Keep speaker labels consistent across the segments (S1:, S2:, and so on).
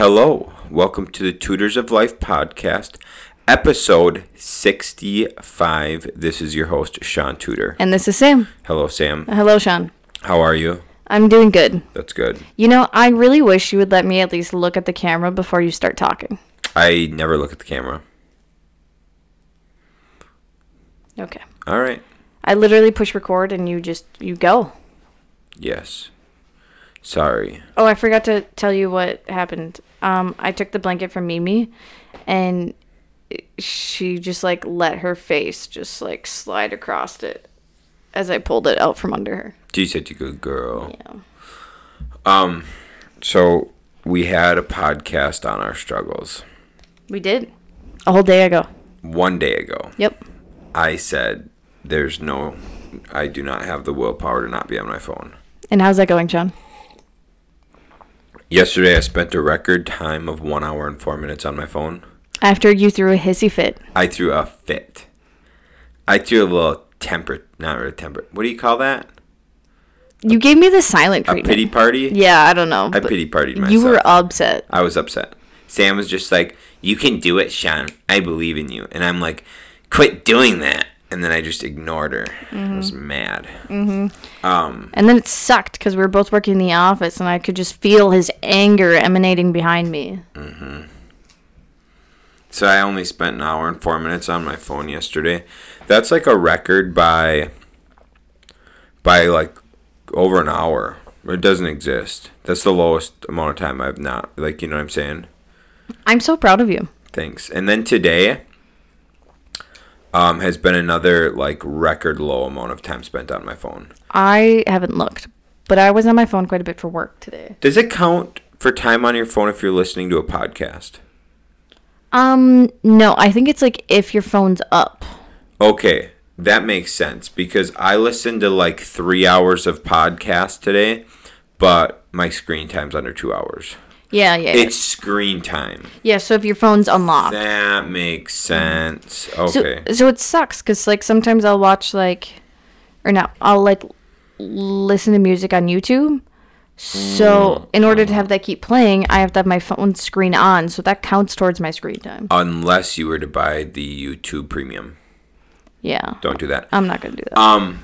S1: Hello, welcome to the Tutors of Life podcast, episode 65. This is your host, Sean Tudor.
S2: And this is Sam.
S1: Hello, Sam.
S2: Hello, Sean.
S1: How are you?
S2: I'm doing good.
S1: That's good.
S2: You know, I really wish you would let me at least look at the camera before you start talking.
S1: I never look at the camera.
S2: Okay.
S1: All right.
S2: I literally push record and you just you go.
S1: Yes. Sorry.
S2: Oh, I forgot to tell you what happened. Um, I took the blanket from Mimi, and she just like let her face just like slide across it as I pulled it out from under her.
S1: You said you good girl.
S2: Yeah.
S1: So, we had a podcast on our struggles
S2: We did a whole day ago.
S1: one day ago.
S2: Yep.
S1: I said, There's no, I do not have the willpower to not be on my phone.
S2: And how's that going, Sean?
S1: Yesterday, I spent a record time of one hour and four minutes on my phone.
S2: After you threw a hissy fit,
S1: I threw a fit. I threw a little temper, not really temper. What do you call that?
S2: you gave me the silent
S1: A
S2: treatment.
S1: pity party?
S2: Yeah, I don't know.
S1: I
S2: but
S1: pity partied myself.
S2: You were upset.
S1: I was upset. Sam was just like, "You can do it, Sean. I believe in you." And I'm like, "Quit doing that." And then I just ignored her. I was
S2: Mm-hmm.
S1: mad. Um,
S2: And then it sucked because we were both working in the office and I could just feel his anger emanating behind me.
S1: So I only spent an hour and four minutes on my phone yesterday. That's like a record by by like over an hour. It doesn't exist. That's the lowest amount of time I've not like you know what I'm saying?
S2: I'm so proud of you.
S1: Thanks. And then today um, has been another like record low amount of time spent on my phone.
S2: I haven't looked, but I was on my phone quite a bit for work today.
S1: Does it count for time on your phone if you're listening to a podcast?
S2: Um, no, I think it's like if your phone's up.
S1: Okay, that makes sense because I listened to like three hours of podcast today, but my screen time's under two hours.
S2: Yeah, yeah. yeah.
S1: It's screen time.
S2: yeah, so if your phone's unlocked.
S1: That makes sense.
S2: Ah. so,
S1: Okay.
S2: so it sucks because like sometimes I'll watch like, or no, I'll like listen to music on YouTube.
S1: Mm.
S2: So in order to have that keep playing, I have to have my phone screen on. So that counts towards my screen time.
S1: Unless you were to buy the YouTube premium.
S2: Yeah,
S1: Don't do that. Um,
S2: I'm not gonna do that.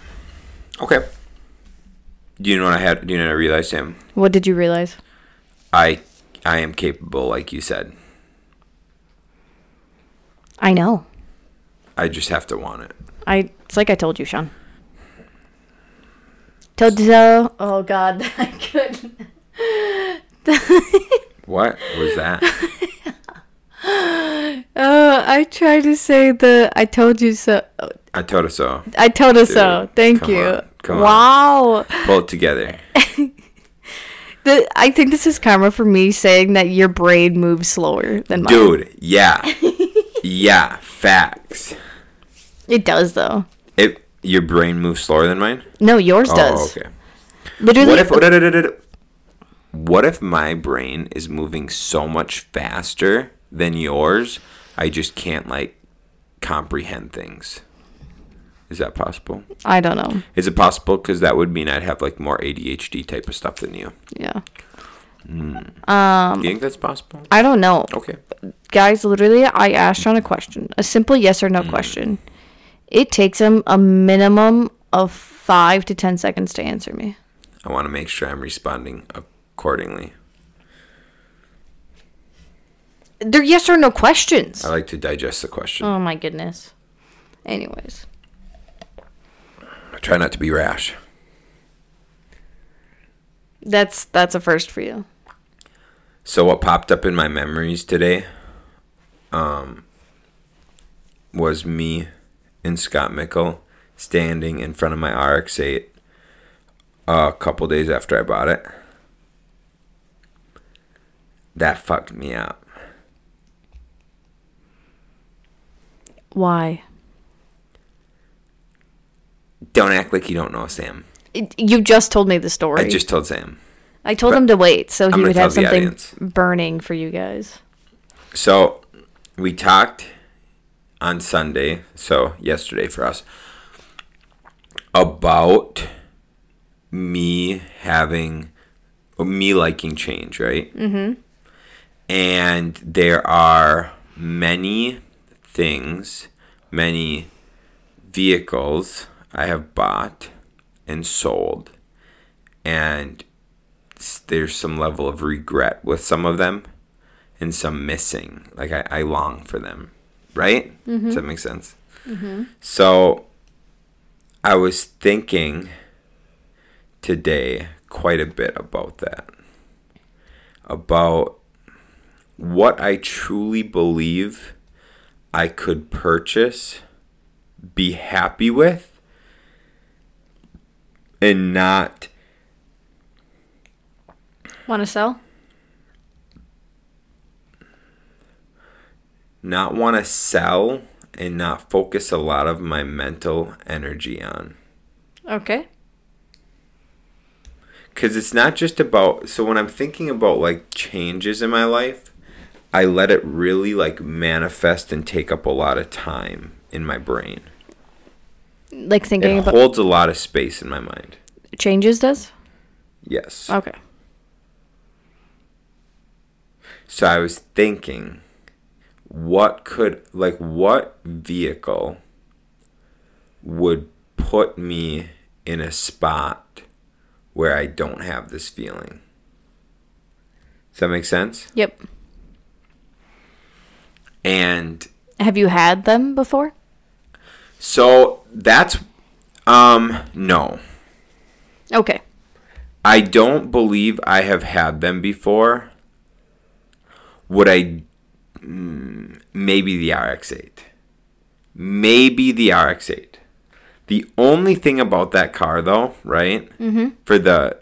S1: Okay. Do you know what I had do you know what I realized Sam?
S2: what did you realize?
S1: I I am capable, like you said.
S2: I know.
S1: I just have to want it.
S2: I it's like I told you, Sean. Told you so. Oh God, I couldn't.
S1: What was that?
S2: Oh, I tried to say the I told you so.
S1: I told her so.
S2: I told us so.
S1: Dude,
S2: Thank
S1: come
S2: you.
S1: on, come on.
S2: wow.
S1: Pull it together.
S2: The, I think this is karma for me saying that your brain moves slower than mine.
S1: Dude, yeah. yeah, facts.
S2: It does though.
S1: It your brain moves slower than mine?
S2: No, yours does.
S1: Oh, okay.
S2: Literally.
S1: What if oh, What if my brain is moving so much faster than yours? I just can't like comprehend things. Is that possible?
S2: I don't know.
S1: Is it possible cuz that would mean I'd have like more ADHD type of stuff than you.
S2: Yeah.
S1: Do
S2: Um,
S1: you think that's possible?
S2: I don't know.
S1: Okay.
S2: guys, literally, I asked Sean a question, a simple yes or no
S1: Hmm.
S2: question. It takes him a minimum of five to 10 seconds to answer me.
S1: I want to make sure I'm responding accordingly.
S2: They're yes or no questions.
S1: I like to digest the question.
S2: Oh my goodness. Anyways,
S1: I try not to be rash.
S2: that's that's a first for you.
S1: So what popped up in my memories today um was me and Scott Mickle standing in front of my RX8 a couple days after I bought it. That fucked me up.
S2: Why?
S1: Don't act like you don't know Sam.
S2: It, you just told me the story.
S1: I just told Sam.
S2: I told him to wait so he
S1: gonna
S2: would
S1: tell
S2: have
S1: the
S2: something
S1: audience.
S2: burning for you guys.
S1: So we talked on Sunday, so yesterday for us, about me having, me liking change, right? Mm-hmm. And there are many things, many vehicles I have bought and sold. And s- there's some level of regret with some of them and some missing. Like I, I long for them, right? Does that make sense? So I was thinking today quite a bit about that. About what I truly believe I could purchase, be happy with, and not
S2: Want to sell?
S1: not want to sell and not focus a lot of my mental energy on.
S2: Okay.
S1: because it's not just about so when i'm thinking about like changes in my life i let it really like manifest and take up a lot of time in my brain
S2: Like thinking
S1: it
S2: about
S1: holds a lot of space in my mind
S2: changes does?
S1: yes
S2: Okay.
S1: so i was thinking what could like what vehicle would put me in a spot where i don't have this feeling does that make sense
S2: Yep.
S1: and
S2: Have you had them before?
S1: So that's um no.
S2: Okay.
S1: I don't believe I have had them before. Would I mm, maybe the RX-8. Maybe the RX-8. The only thing about that car though, right? Mm-hmm. For the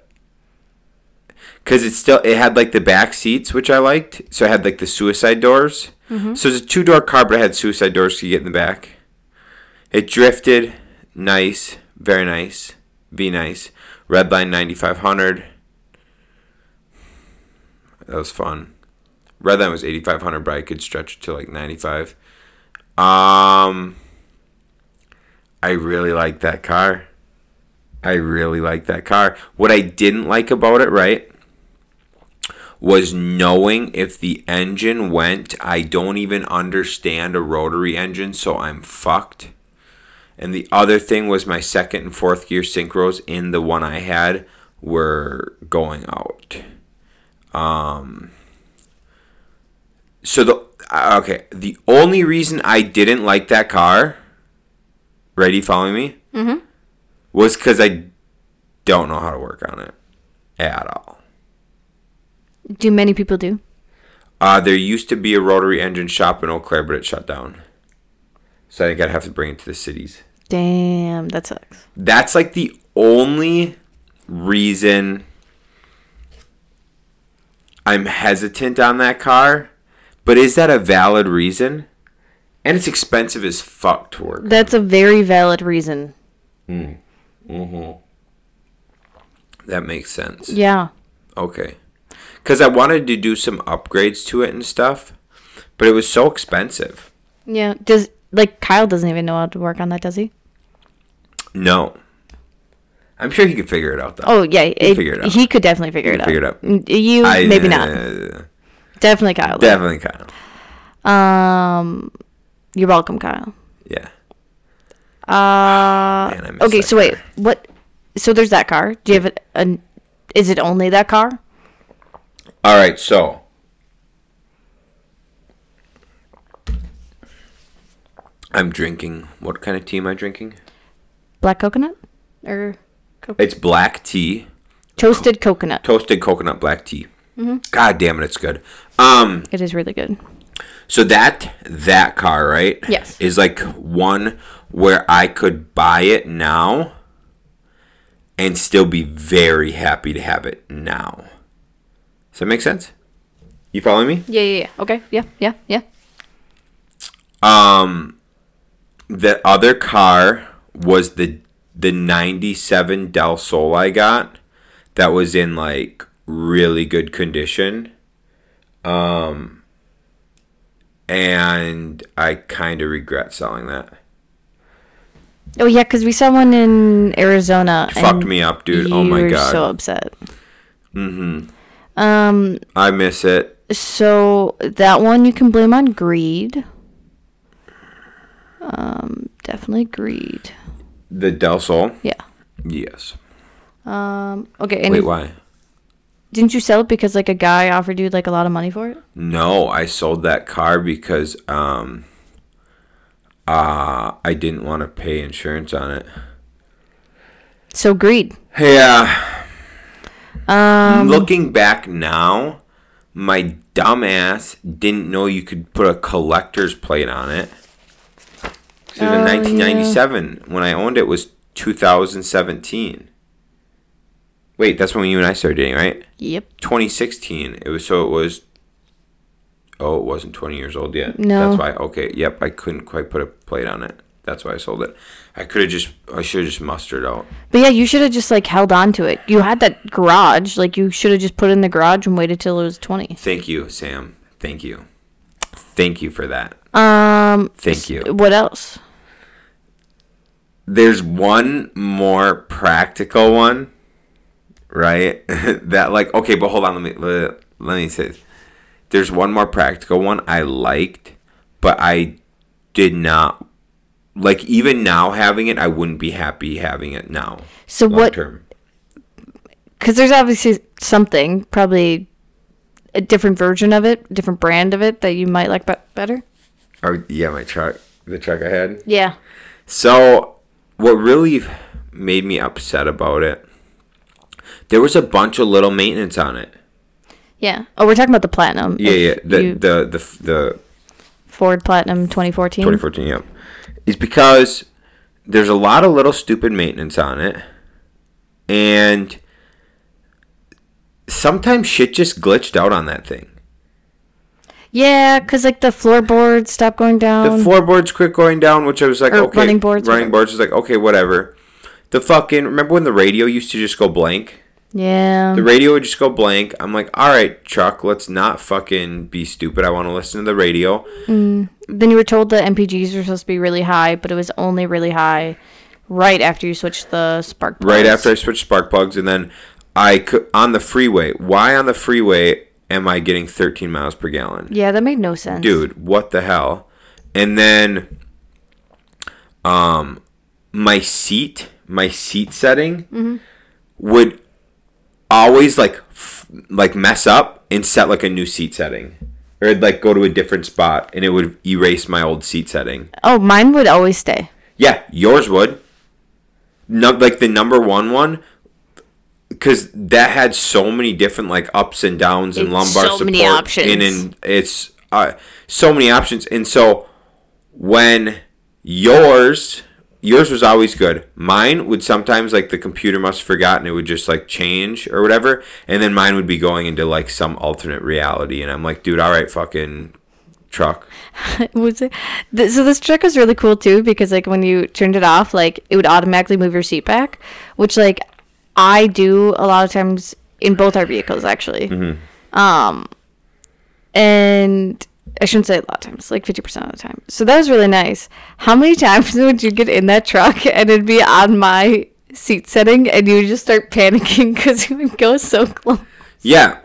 S1: cuz it still it had like the back seats which I liked. So it had like the suicide doors. So it's a two-door car but it had suicide doors to get in the back. It drifted. Nice. Very nice. Be nice. Redline 9500. That was fun. Redline was 8500, but I could stretch it to like 95. Um, I really liked that car. I really liked that car. What I didn't like about it, right, was knowing if the engine went. I don't even understand a rotary engine, so I'm fucked. And the other thing was my second and fourth gear synchros in the one I had were going out. Um, so the uh, okay, the only reason I didn't like that car, ready, following me, mm-hmm. was because I don't know how to work on it at all.
S2: Do many people do?
S1: Uh, there used to be a rotary engine shop in Eau Claire, but it shut down. So I think I'd have to bring it to the cities.
S2: Damn, that sucks.
S1: that's like the only reason I'm hesitant on that car. But is that a valid reason? And it's expensive as fuck to work.
S2: That's a very valid reason.
S1: That makes sense.
S2: Yeah.
S1: Okay. Because I wanted to do some upgrades to it and stuff, but it was so expensive.
S2: Yeah. Does like Kyle doesn't even know how to work on that, does he?
S1: No. I'm sure he could figure it out though.
S2: Oh yeah, it- he,
S1: figure it out.
S2: could definitely figure it out.
S1: figure it out.
S2: Mm, You
S1: I- uh,
S2: maybe not. Definitely Kyle. though.
S1: Definitely Kyle.
S2: um, you're welcome, Kyle.
S1: Yeah.
S2: Uh,
S1: Man, I miss
S2: okay.
S1: that
S2: So wait, what? So there's that car. Do you have a- an? Is it only that car?
S1: All right, so I'm drinking. What kind of tea am I drinking?
S2: Black coconut or co-
S1: It's black tea,
S2: toasted coconut?
S1: toasted coconut black tea. God damn it, it's good. Um,
S2: It is really good.
S1: so that that car, right?
S2: Yes.
S1: Is like one where I could buy it now and still be very happy to have it now. Does that make sense? You following me?
S2: Yeah, yeah, yeah. Okay. Yeah, yeah, yeah.
S1: the other car was the the 97 Del Sol I got that was in like really good condition. Um and I kind of regret selling that.
S2: Oh yeah, because we saw one in Arizona.
S1: Fucked
S2: and
S1: me up, dude. Oh my
S2: you were
S1: god.
S2: So upset. Mm-hmm. Um.
S1: I miss it.
S2: so that one you can blame on greed. Um, definitely greed.
S1: The Del Sol?
S2: Yeah.
S1: Yes.
S2: Um. Okay. And
S1: Wait,
S2: you-
S1: why?
S2: didn't you sell it because like a guy offered you like a lot of money for it?
S1: No, I sold that car because um uh I didn't want to pay insurance on it.
S2: So greed.
S1: Yeah. Um uh, looking back now, my dumbass didn't know you could put a collector's plate on it. 'Cause it was in
S2: Oh,
S1: 1997 when I owned it was 2017. Wait, that's when you and I started dating, right?
S2: Yep.
S1: 2016. It was so it was. Oh, it wasn't 20 years old yet.
S2: No.
S1: That's why. Okay. Yep. I couldn't quite put a plate on it. That's why I sold it. I could have just. I should have just mustered out.
S2: But yeah, you should have just like held on to it. You had that garage. Like you should have just put it in the garage and waited till it was twenty.
S1: Thank you, Sam. Thank you. Thank you for that.
S2: Um.
S1: Thank you.
S2: What else?
S1: There's one more practical one, right? that like okay, but hold on. Let me let, let me say. This. There's one more practical one I liked, but I did not like even now having it i wouldn't be happy having it now
S2: So
S1: long
S2: what?
S1: term
S2: Because there's obviously something, probably a different version of it, different brand of it that you might like be- better.
S1: or yeah my truck the truck i had
S2: Yeah.
S1: so what really made me upset about it there was a bunch of little maintenance on it
S2: Yeah. Oh, we're talking about the platinum.
S1: yeah yeah
S2: If
S1: the
S2: you-
S1: the the, f- the
S2: Ford Platinum 2014.
S1: 2014 yep is because there's a lot of little stupid maintenance on it and sometimes shit just glitched out on that thing
S2: Yeah, because like the floorboard stopped going down.
S1: The floorboards quit going down, which I was like,
S2: Um, Or
S1: okay,
S2: running boards,
S1: running
S2: whatever.
S1: boards is like, okay, whatever. The fucking remember when the radio used to just go blank?
S2: yeah.
S1: The radio would just go blank. I'm like, all right, Chuck, let's not fucking be stupid. I want to listen to the radio.
S2: then you were told the MPGs were supposed to be really high, but it was only really high right after you switched the spark plugs.
S1: Right after I switched spark plugs, and then I could on the freeway. Why on the freeway am I getting 13 miles per gallon?
S2: Yeah, that made no sense.
S1: dude, what the hell? And then, um, my seat, my seat setting would always like, f- like mess up and set like a new seat setting, or it'd, like go to a different spot, and it would erase my old seat setting.
S2: Oh, mine would always stay.
S1: Yeah, yours would. No, like the number one one, because that had so many different like ups and downs and
S2: It's
S1: lumbar
S2: so
S1: support.
S2: many options.
S1: And, and it's uh, so many options. And so when yours yours was always good mine would sometimes like the computer must have forgotten it would just like change or whatever and then mine would be going into like some alternate reality and i'm like dude all right fucking truck
S2: was it? Th- so this trick was really cool too because like when you turned it off, like it would automatically move your seat back, which like I do a lot of times in both our vehicles actually. Um, and I shouldn't say a lot of times, like fifty percent of the time. So that was really nice. How many times would you get in that truck and it'd be on my seat setting and you would just start panicking because it would go so close.
S1: Yeah.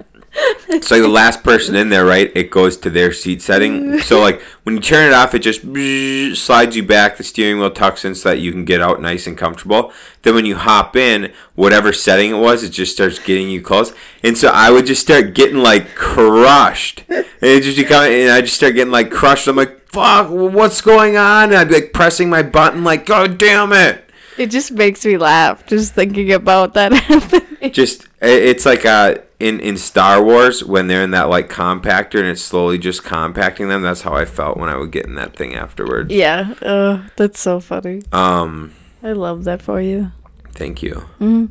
S1: It's like the last person in there, right? It goes to their seat setting. So like when you turn it off, it just slides you back. The steering wheel tucks in so that you can get out nice and comfortable. Then when you hop in, whatever setting it was, it just starts getting you close. And so I would just start getting like crushed. And it just become, and I just start getting like crushed. I'm like, fuck, what's going on? And I'd be like pressing my button, like, god damn it.
S2: It just makes me laugh just thinking about that happening.
S1: just i- it's like uh in in Star Wars when they're in that like compactor and it's slowly just compacting them. That's how I felt when I would get in that thing afterwards.
S2: Yeah, uh, that's so funny.
S1: Um,
S2: I love that for you.
S1: thank you.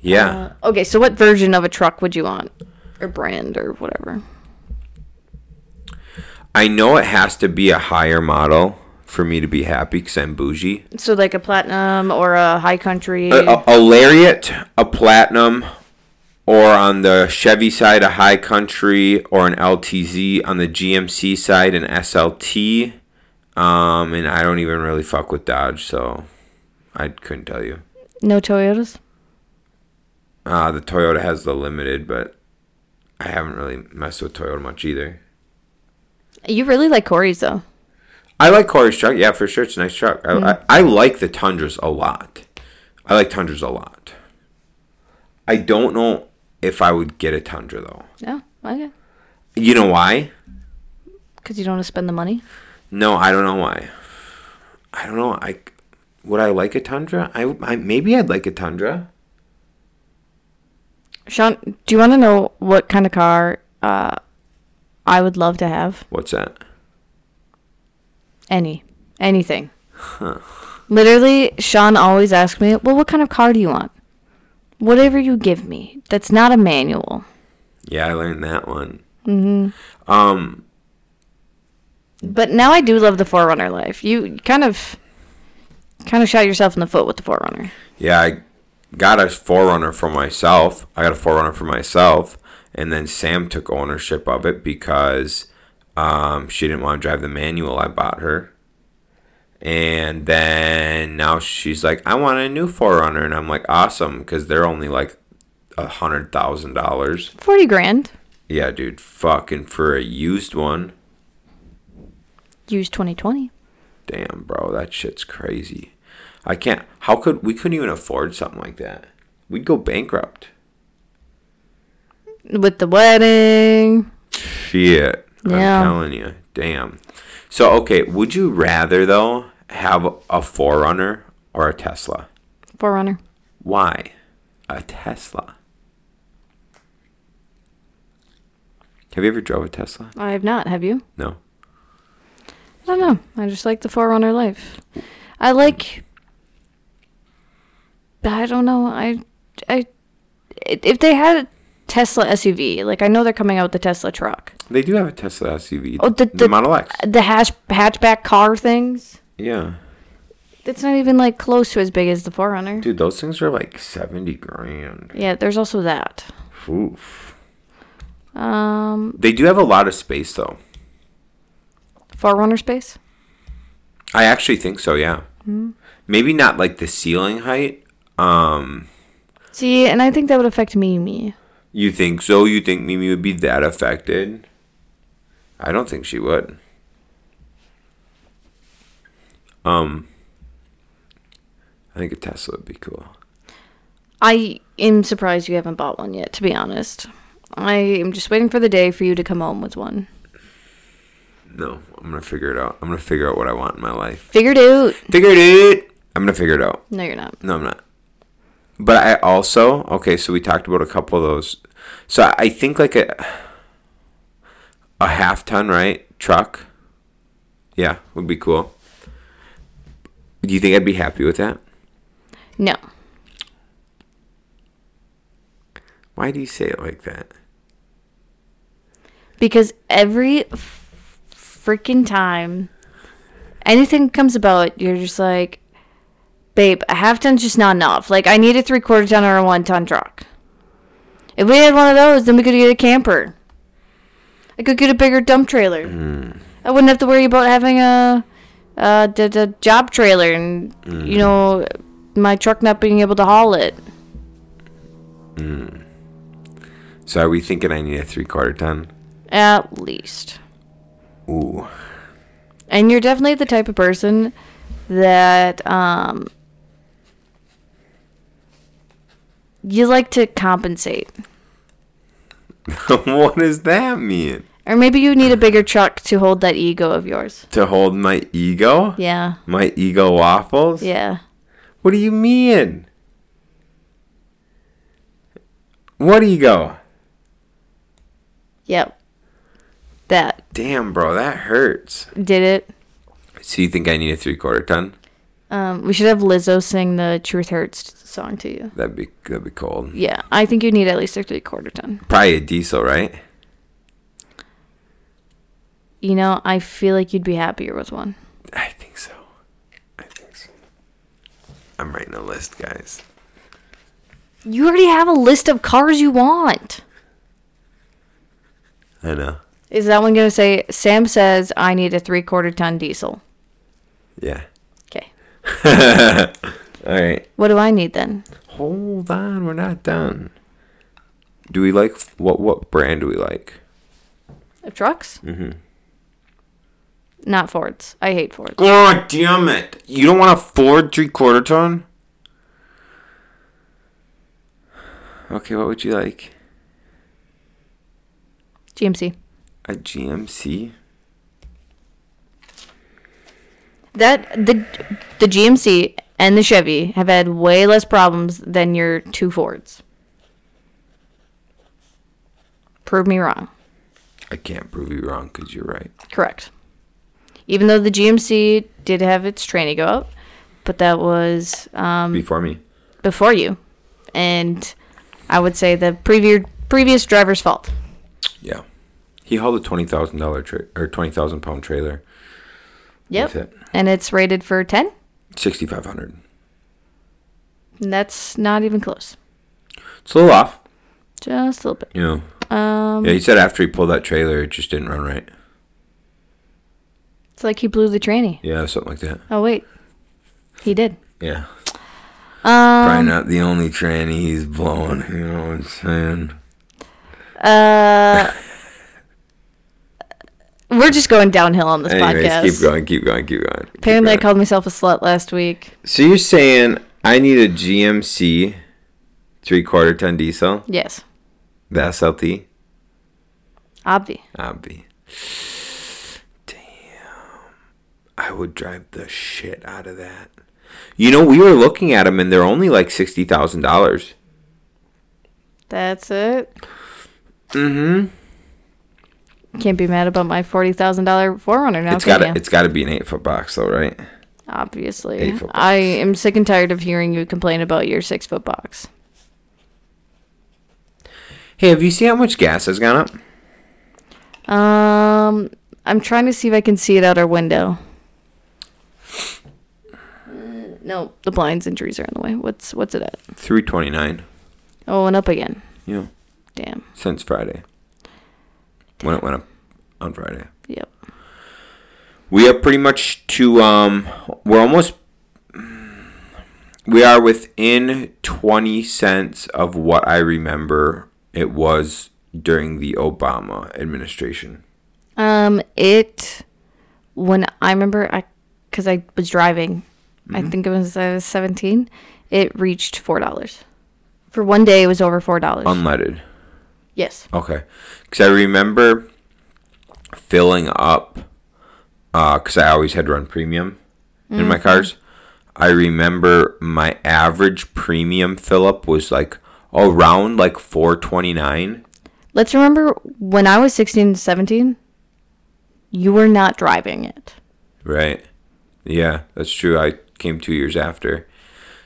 S1: Yeah,
S2: Uh, Okay, so what version of a truck would you want, or brand, or whatever?
S1: I know it has to be a higher model for me to be happy because I'm bougie.
S2: So like a platinum or a high country.
S1: A, a, a lariat, a platinum, or on the Chevy side a high country, or an LTZ on the GMC side an SLT. Um, and I don't even really fuck with Dodge, so I couldn't tell you.
S2: no Toyotas.
S1: Uh, the Toyota has the limited, but I haven't really messed with Toyota much either.
S2: You really like Corey's though.
S1: I like Corey's truck. Yeah, for sure. It's a nice truck. I, I, I like the Tundras a lot. I like Tundras a lot. I don't know if I would get a Tundra though.
S2: Yeah. Okay.
S1: You know why?
S2: Because you don't want to spend the money.
S1: No, I don't know why. I don't know. I would I like a Tundra? I, I maybe I'd like a Tundra.
S2: Sean, do you want to know what kind of car uh, I would love to have?
S1: What's that?
S2: Any. Anything. Literally, Sean always asks me, Well, what kind of car do you want? Whatever you give me that's not a manual.
S1: Yeah, I learned that one. Um,
S2: But now I do love the Forerunner life. You kind of kind of shot yourself in the foot with the Forerunner.
S1: Yeah, I got a forerunner for myself. I got a forerunner for myself, and then Sam took ownership of it because um, she didn't want to drive the manual I bought her. And then now she's like, I want a new forerunner, and I'm like, awesome, because they're only like a hundred thousand dollars.
S2: 40 grand,
S1: Yeah, dude, fucking for a used one.
S2: use 2020.
S1: Damn, bro, that shit's crazy. I can't. How could we couldn't even afford something like that? We'd go bankrupt.
S2: With the wedding.
S1: Shit.
S2: Yeah.
S1: I'm telling you. Damn. So, okay, would you rather, though, have a Forerunner or a Tesla?
S2: Forerunner.
S1: Why? A Tesla. Have you ever drove a Tesla?
S2: I have not, have you?
S1: No.
S2: I don't know. I just like the Forerunner life. I like. I don't know. I, I, i- if they had a Tesla SUV, like I know they're coming out with the Tesla truck,
S1: They do have a Tesla SUV.
S2: Oh, the-
S1: the,
S2: the-
S1: Model X.
S2: the hatch hatchback car things.
S1: Yeah.
S2: It's not even like close to as big as the Forerunner.
S1: Dude, those things are like 70 grand.
S2: Yeah, there's also that.
S1: Oof.
S2: Um,
S1: They do have a lot of space, though.
S2: Forerunner space.
S1: I actually think so, yeah.
S2: Hmm.
S1: Maybe not like the ceiling height. Um,.
S2: See, and I think that would affect me. Me.
S1: You think so? You think Mimi would be that affected? I don't think she would. Um, I think a Tesla would be cool.
S2: I am surprised you haven't bought one yet. To be honest, I am just waiting for the day for you to come home with one.
S1: No, I'm gonna figure it out. I'm gonna figure out what I want in my life.
S2: Figured out.
S1: Figured it. I'm gonna figure it out.
S2: No, you're not.
S1: No, I'm not. But I also okay. So we talked about a couple of those. So I- I think like a a half ton right truck. Yeah, would be cool. Do you think I'd be happy with that?
S2: No.
S1: Why do you say it like that?
S2: Because every f- freaking time anything comes about, you're just like, babe, a half ton's just not enough. Like, I need a three quarter ton or a one ton truck. If we had one of those, then we could get a camper. I could get a bigger dump trailer. I wouldn't have to worry about having a, a, d- d- job trailer and, you know, my truck not being able to haul it.
S1: So are we thinking I need a three quarter ton?
S2: At least.
S1: Ooh,
S2: and you're definitely the type of person that um you like to compensate
S1: what does that mean?
S2: or maybe you need a bigger truck to hold that ego of yours
S1: To hold my ego?
S2: yeah
S1: My ego waffles?
S2: yeah
S1: What do you mean? What ego?
S2: yep that
S1: Damn, bro, that hurts.
S2: did it
S1: So you think I need a three quarter ton?
S2: um we should have lizzo sing the truth hurts song to you
S1: That'd be that'd be cold.
S2: yeah i think you need at least a three quarter ton
S1: Probably a diesel, right?
S2: you know i feel like you'd be happier with one
S1: I think so. I think so. I'm writing a list, guys.
S2: you already have a list of cars you want
S1: I know.
S2: is that one gonna say sam says i need a three quarter ton diesel
S1: Yeah.
S2: okay
S1: All right.
S2: What do I need then?
S1: Hold on, we're not done. Do we like what what brand do we like?
S2: Of trucks? Mm-hmm. Not Fords. I hate Fords.
S1: God damn it! You don't want a Ford three quarter ton? Okay, what would you like?
S2: GMC.
S1: A GMC?
S2: That the the GMC and the Chevy have had way less problems than your two Fords. Prove me wrong.
S1: I can't prove you wrong because you're right.
S2: Correct. Even though the GMC did have its tranny go out, but that was um,
S1: Before me.
S2: before you, and I would say the previous previous driver's fault.
S1: Yeah. He hauled a twenty thousand dollar tra- or twenty thousand pound trailer.
S2: Yep.
S1: That's it.
S2: And it's rated for ten.
S1: Sixty five hundred.
S2: And that's not even close.
S1: It's a little off.
S2: Just a little bit.
S1: You know. Um, yeah, he said after he pulled that trailer, it just didn't run right.
S2: It's like he blew the tranny.
S1: Yeah, something like that.
S2: Oh wait, he did.
S1: Yeah.
S2: Um,
S1: Probably not the only tranny he's blowing. You know what I'm saying?
S2: Uh, we're just going downhill on this
S1: Anyways,
S2: podcast.
S1: keep going, keep going, keep going. keep
S2: Apparently, I
S1: going.
S2: called myself a slut last week.
S1: so you're saying I need a GMC three quarter ton diesel?
S2: Yes,
S1: The SLT?
S2: obvi.
S1: Obvi. Damn. I would drive the shit out of that. You know, we were looking at them and they're only like $60,000.
S2: That's it. Mm-hmm. Can't be mad about my forty thousand dollar forerunner now.
S1: It's got to
S2: can ya?
S1: it's got to be an 8 foot box though, right?
S2: Obviously,
S1: Eight foot
S2: I am sick and tired of hearing you complain about your six foot box.
S1: Hey, have you seen how much gas has gone up?
S2: Um, I'm trying to see if I can see it out our window. Uh, No, the blinds and trees are in the way. What's what's it at?
S1: 329.
S2: Oh, and up again.
S1: Yeah,
S2: Damn.
S1: since Friday. When it went up on Friday.
S2: Yep.
S1: We are pretty much to um we're almost we are within 20 cents of what I remember it was during the Obama administration.
S2: Um, it when I remember I because I was driving. I think it was I was seventeen. It reached four dollars. For one day, it was over four dollars.
S1: Unleaded.
S2: yes.
S1: Okay. Cuz I remember filling up uh cuz I always had to run premium in my cars. I remember my average premium fill up was like around like 429.
S2: Let's remember when I was 16 and 17, you were not driving it.
S1: Right. Yeah, that's true. I came two years after.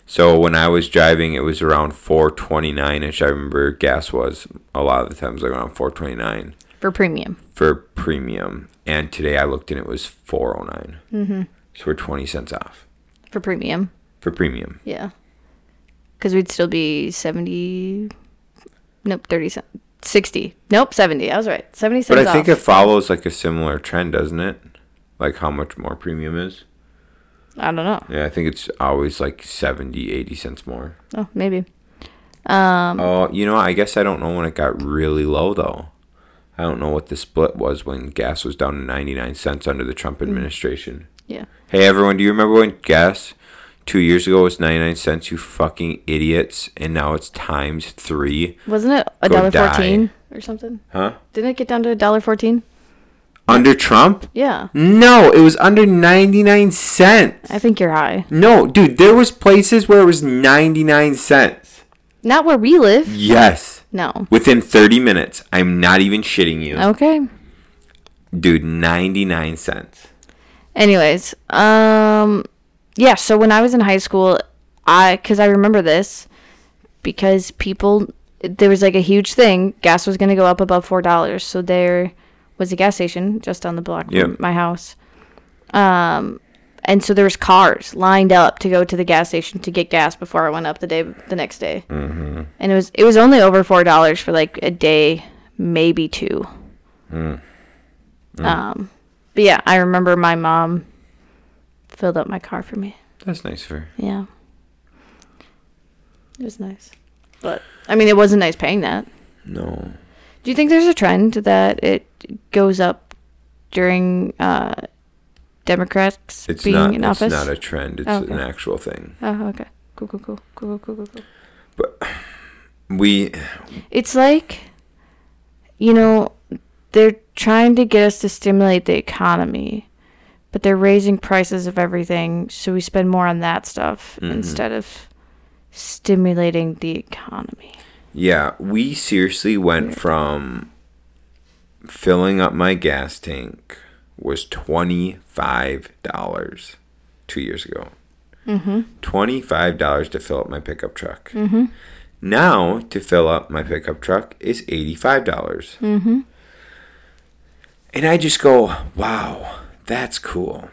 S1: So when I was driving, it was around 429 ish. I remember gas was a lot of the times like around 429
S2: for premium.
S1: for premium. And today I looked and it was 409. Mm-hmm. So we're 20 cents off
S2: For premium,
S1: for premium.
S2: yeah. Because we'd still be 70. Nope, 30 cent, 60. Nope, 70. I was right. 70
S1: But
S2: cents
S1: I think
S2: off.
S1: it follows like a similar trend, doesn't it? Like how much more premium is.
S2: I don't know.
S1: Yeah, I think it's always like 70, 80 cents more.
S2: Oh, maybe.
S1: Oh, you know, I guess I don't know when it got really low though. I don't know what the split was when gas was down to 99 cents under the Trump administration.
S2: Yeah.
S1: Hey everyone, do you remember when gas 2 years ago was 99 cents, you fucking idiots, and now it's times 3?
S2: Wasn't it a
S1: Go
S2: dollar
S1: die.
S2: fourteen or something?
S1: Huh?
S2: Didn't it get down to a dollar fourteen?
S1: Under Trump?
S2: Yeah.
S1: No, it was under 99 cents.
S2: I think you're high.
S1: No, dude, there was places where it was 99 cents.
S2: Not where we live.
S1: Yes.
S2: No.
S1: Within 30 minutes. I'm not even shitting you.
S2: Okay.
S1: Dude, 99 cents.
S2: Anyways, um, yeah. So when I was in high school, I because I remember this because people there was like a huge thing. Gas was going to go up above four dollars, so there was a gas station just down the block
S1: Yeah.
S2: from my house. Um, and so there was cars lined up to go to the gas station to get gas before I went up the day the next day. Mm-hmm. And it was it was only over four dollars for like a day, maybe two.
S1: Mm.
S2: Um, but yeah, I remember my mom filled up my car for me.
S1: That's nice of her.
S2: Yeah. It was nice. But I mean it wasn't nice paying that.
S1: No.
S2: Do you think there's a trend that it goes up during uh, Democrats
S1: It's
S2: being
S1: not
S2: in
S1: it's
S2: office?
S1: not a trend. It's
S2: Oh, okay.
S1: an actual thing.
S2: oh, okay. Cool, cool, cool, cool, cool, cool, cool.
S1: We
S2: It's like, you know, they're trying to get us to stimulate the economy, but they're raising prices of everything, so we spend more on that stuff
S1: Mm-hmm.
S2: instead of stimulating the economy.
S1: yeah, we seriously went from filling up my gas tank was $25 2 years ago.
S2: Mm-hmm.
S1: $25 to fill up my pickup truck. Now, to fill up my pickup truck is $85. dollars
S2: Mm-hmm.
S1: And I just go, wow, that's cool.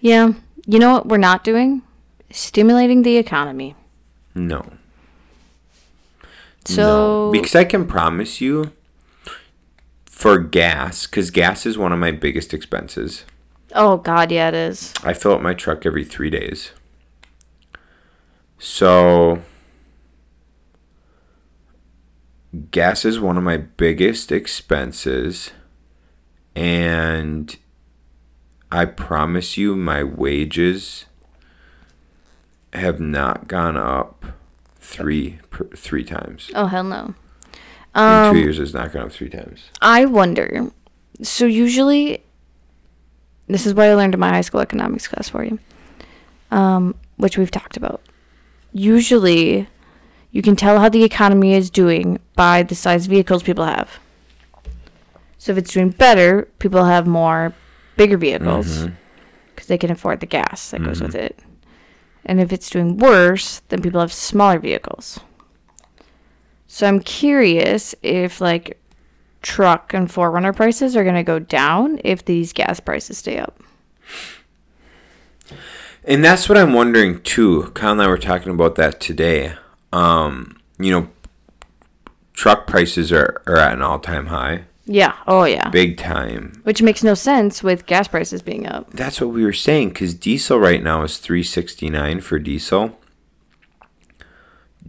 S2: Yeah. You know what we're not doing? Stimulating the economy.
S1: No.
S2: So,
S1: no. because I can promise you for gas, because gas is one of my biggest expenses.
S2: oh, God, yeah, it is.
S1: I fill up my truck every three days. So, gas is one of my biggest expenses. And I promise you, my wages have not gone up three per, three times.
S2: Oh, hell no.
S1: In two years, it's not gone up three times.
S2: I wonder. So usually, this is what I learned in my high school economics class for you, um, which we've talked about. Usually, you can tell how the economy is doing by the size of vehicles people have. So if it's doing better, people have more bigger vehicles because they can afford the gas that goes with it. And if it's doing worse, then people have smaller vehicles. So I'm curious if like truck and forerunner prices are going to go down if these gas prices stay up.
S1: And that's what I'm wondering too. Kyle and I were talking about that today. Um, you know, truck prices are, are at an all time high,
S2: Yeah. Oh, yeah.
S1: big time.
S2: Which makes no sense with gas prices being up.
S1: That's what we were saying because diesel right now is three sixty nine for diesel.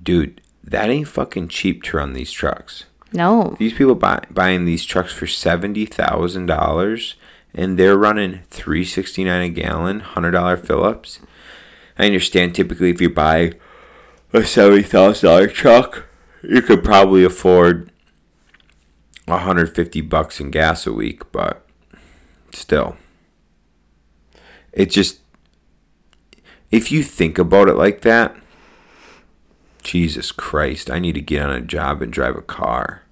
S1: Dude, that ain't fucking cheap to run these trucks.
S2: No.
S1: These people buy, buying these trucks for seventy thousand dollars, and they're running three sixty nine a gallon, hundred dollar fill ups. I understand typically if you buy a seventy thousand dollar truck, you could probably afford hundred fifty bucks in gas a week, but still, it just if you think about it like that. Jesus Christ, I need to get on a job and drive a car.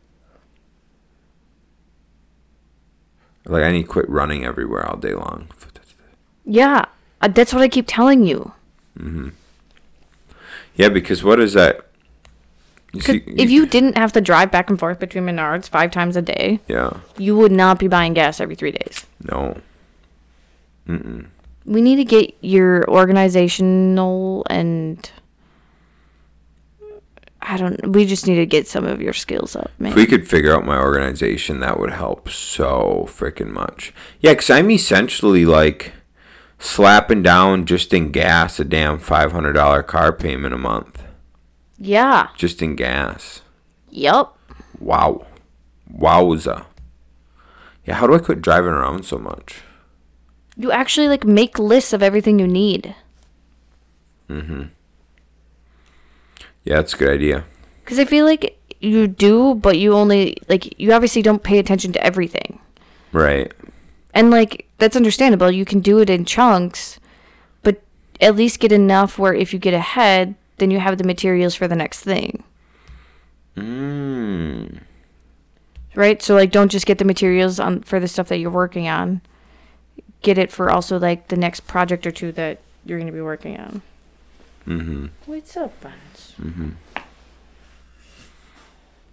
S1: Like I need to quit running everywhere all day long.
S2: Yeah. Uh, that's what I keep telling you.
S1: Yeah, because what is that? You see,
S2: If you didn't have to drive back and forth between Menards five times a day,
S1: yeah,
S2: you would not be buying gas every three days.
S1: no,
S2: We need to get your organizational and. I don't. We just need to get some of your skills up, man.
S1: if we could figure out my organization, that would help so freaking much. Yeah, because I'm essentially like slapping down just in gas a damn five hundred dollar car payment a month,
S2: yeah.
S1: just in gas.
S2: Yup.
S1: Wow, wowza. Yeah, how do I quit driving around so much?
S2: You actually like make lists of everything you need.
S1: Yeah, that's a good idea.
S2: Because I feel like you do, but you only like you obviously don't pay attention to everything,
S1: Right.
S2: and like that's understandable. You can do it in chunks, but at least get enough where if you get ahead, then you have the materials for the next thing, Hmm.
S1: Mm.
S2: right? So like, don't just get the materials on for the stuff that you're working on. Get it for also like the next project or two that you're going to be working on. Mm-hmm. What's up, Buns?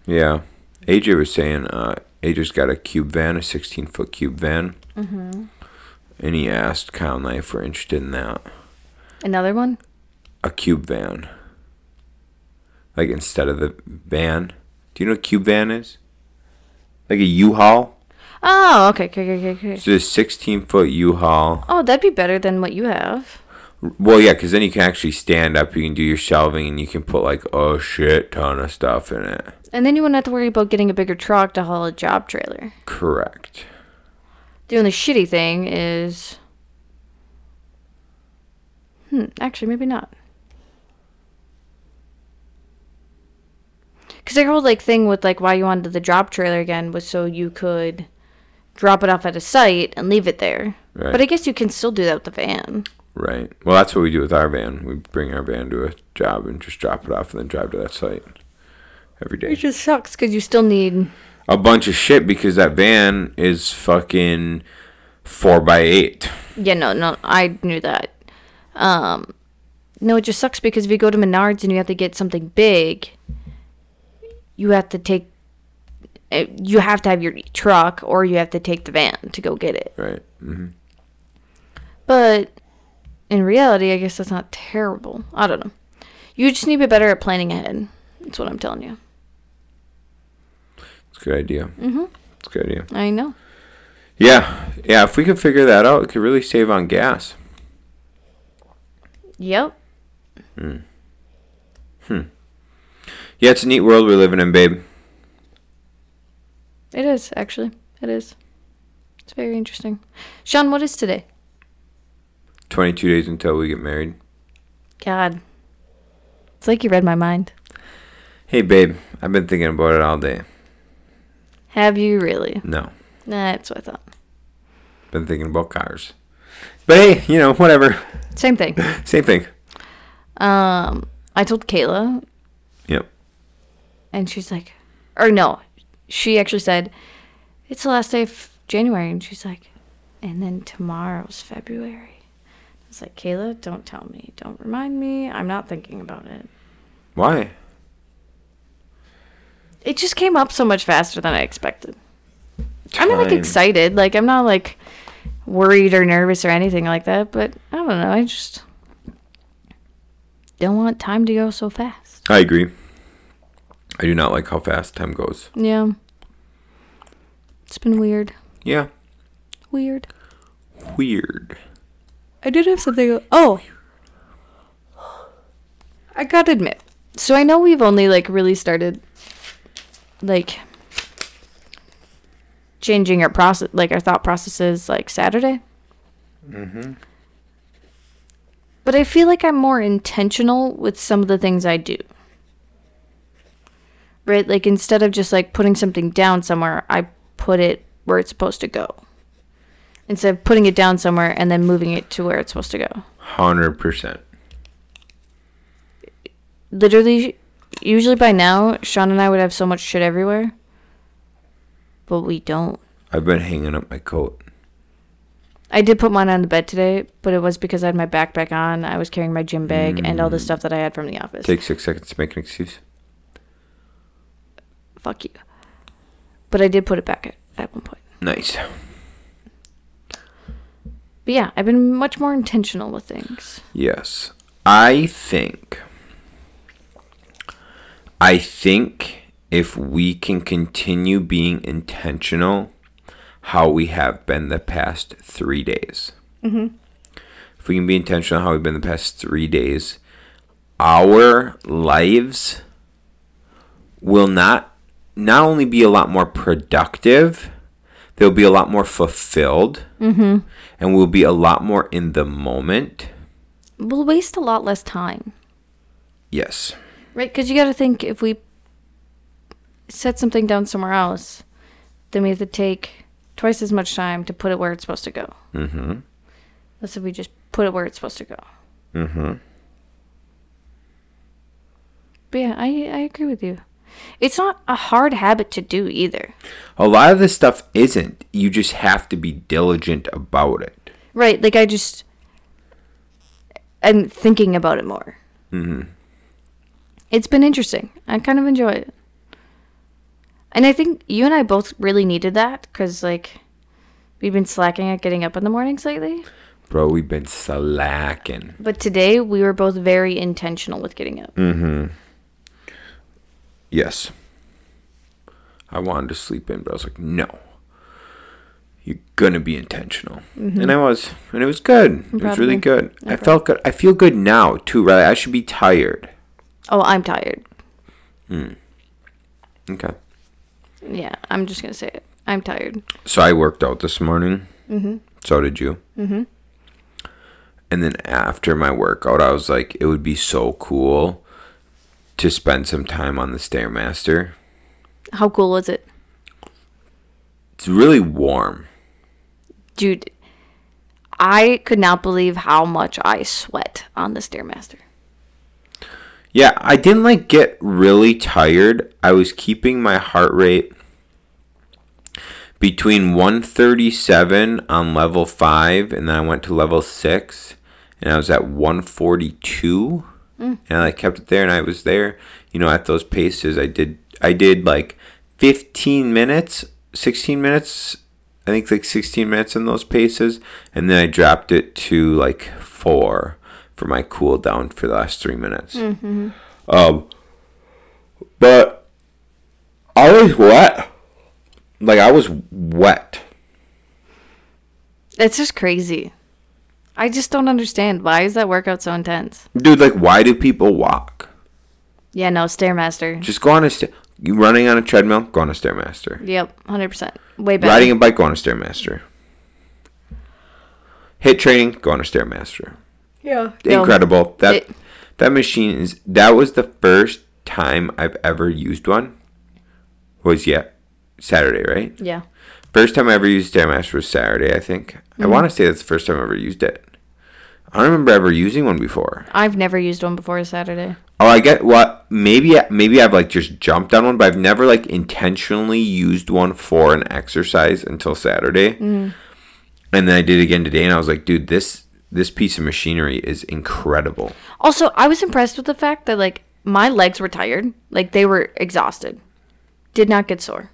S1: Yeah. AJ was saying, uh, AJ's got a cube van, a 16 foot cube van. Mm-hmm. And he asked Kyle and I if we're interested in that.
S2: Another one?
S1: A cube van. Like instead of the van. Do you know what cube van is? Like a U haul?
S2: Oh, okay, okay, okay, okay. okay.
S1: It's a 16 foot U haul.
S2: Oh, that'd be better than what you have.
S1: Well, yeah, because then you can actually stand up. You can do your shelving, and you can put like a shit ton of stuff in it.
S2: And then you wouldn't have to worry about getting a bigger truck to haul a job trailer.
S1: Correct.
S2: The only shitty thing is. Hmm, actually, maybe not. Because their whole like thing with like why you wanted the job trailer again was so you could drop it off at a site and leave it there.
S1: Right.
S2: But I guess you can still do that with the van.
S1: Right. Well, that's what we do with our van. We bring our van to a job and just drop it off, and then drive to that site every day.
S2: It just sucks because you still need.
S1: a bunch of shit because that van is fucking four by eight.
S2: Yeah, no, no, I knew that. Um, no, it just sucks because if you go to Menards and you have to get something big, you have to take. eh, You have to have your truck or you have to take the van to go get it.
S1: Right. Mm-hmm.
S2: But in reality, I guess that's not terrible. I don't know. You just need to be better at planning ahead. That's what I'm telling you.
S1: It's a good idea. Mm-hmm. It's a good idea.
S2: I know.
S1: Yeah. Yeah. If we could figure that out, it could really save on gas.
S2: Yep.
S1: Yeah, it's a neat world we're living in, babe.
S2: It is, actually. It is. It's very interesting. Sean, what is today?
S1: 22 days until we get married.
S2: God. It's like you read my mind.
S1: Hey, babe. I've been thinking about it all day.
S2: Have you really?
S1: No.
S2: Nah, that's what I thought.
S1: Been thinking about cars. But hey, you know, whatever.
S2: Same thing.
S1: Same thing.
S2: Um, I told Kayla,
S1: Yep.
S2: and she's like, or no, she actually said, it's the last day of January. And she's like, and then tomorrow's February. I was like, Kayla, don't tell me. Don't remind me. I'm not thinking about it.
S1: Why?
S2: It just came up so much faster than I expected. I'm not like
S1: Time.
S2: excited. Like I'm not like worried or nervous or anything like that. But I don't know. I just don't want time to go so fast.
S1: I agree. I do not like how fast time goes.
S2: Yeah. It's been weird.
S1: Yeah.
S2: Weird.
S1: Weird.
S2: I did have something. Oh. I gotta admit. So I know we've only like really started like changing our process, like our thought processes, like Saturday. Mm-hmm. But I feel like I'm more intentional with some of the things I do. Right? Like instead of just like putting something down somewhere, I put it where it's supposed to go. Instead of putting it down somewhere and then moving it to where it's supposed to go.
S1: 100%.
S2: literally usually by now sean and i would have so much shit everywhere but we don't
S1: I've been hanging up my coat.
S2: i did put mine on the bed today but it was because i had my backpack on i was carrying my gym bag and all the stuff that i had from the office
S1: Take six seconds to make an excuse.
S2: fuck you but i did put it back at, at one point
S1: Nice.
S2: but yeah i've been much more intentional with things
S1: Yes. I think. I think if we can continue being intentional, how we have been the past three days. If we can be intentional how we've been the past three days, our lives will not not only be a lot more productive, they'll be a lot more fulfilled, and we'll be a lot more in the moment.
S2: we'll waste a lot less time
S1: Yes.
S2: right because you got to think if we set something down somewhere else then we have to take twice as much time to put it where it's supposed to go
S1: Mm-hmm.
S2: Let's say we just put it where it's supposed to go.
S1: Mm-hmm.
S2: But yeah, I I agree with you. It's not a hard habit to do either.
S1: A lot of this stuff isn't. You just have to be diligent about it.
S2: Right, like I just I'm thinking about it more. Mm-hmm. It's been interesting. I kind of enjoy it. And I think you and I both really needed that because, like, we've been slacking at getting up in the mornings lately.
S1: Bro, we've been slacking.
S2: But today we were both very intentional with getting up.
S1: Yes. I wanted to sleep in, but I was like, no. you're gonna be intentional. And I was, and it was good. it
S2: proud
S1: was
S2: of
S1: really
S2: you.
S1: good. I felt good. I feel good now too. Right? I should be tired.
S2: Oh, I'm tired.
S1: Okay.
S2: Yeah, I'm just gonna say it. I'm tired.
S1: So I worked out this morning. Mm-hmm. So did you. Mm-hmm. And then after my workout, I was like, it would be so cool to spend some time on the stairmaster.
S2: How cool is it,
S1: It's really warm.
S2: dude? I could not believe how much I sweat on the stairmaster.
S1: Yeah, I didn't like get really tired. I was keeping my heart rate between 137 on level 5 and then I went to level 6 and I was at 142 and I kept it there and I was there, you know, at those paces. I did I did like 15 minutes, 16 minutes, I think like 16 minutes in those paces and then I dropped it to like 4 for my cool down for the last 3 minutes. Um, but I was wet. Like I was wet.
S2: It's just crazy. I just don't understand why is that workout so intense.
S1: Dude, like why do people walk?
S2: Yeah, no stairmaster.
S1: Just go on a sta- you running on a treadmill, go on a stairmaster.
S2: Yep, hundred percent. Way better.
S1: Riding a bike, go on a stairmaster. Hit training, go on a stairmaster.
S2: yeah.
S1: Incredible. That
S2: It-
S1: that machine is that was the first time I've ever used one. Was yeah, Saturday, right?
S2: Yeah.
S1: First time I ever used Stairmaster was Saturday, I think. I want to say that's the first time I ever used it. I don't remember ever using one before.
S2: I've never used one before Saturday.
S1: Oh, I get what maybe maybe I've like just jumped on one, but I've never like intentionally used one for an exercise until Saturday. And then I did again today, and I was like, dude, this this piece of machinery is incredible.
S2: Also, I was impressed with the fact that like my legs were tired, like they were exhausted. Did not get sore.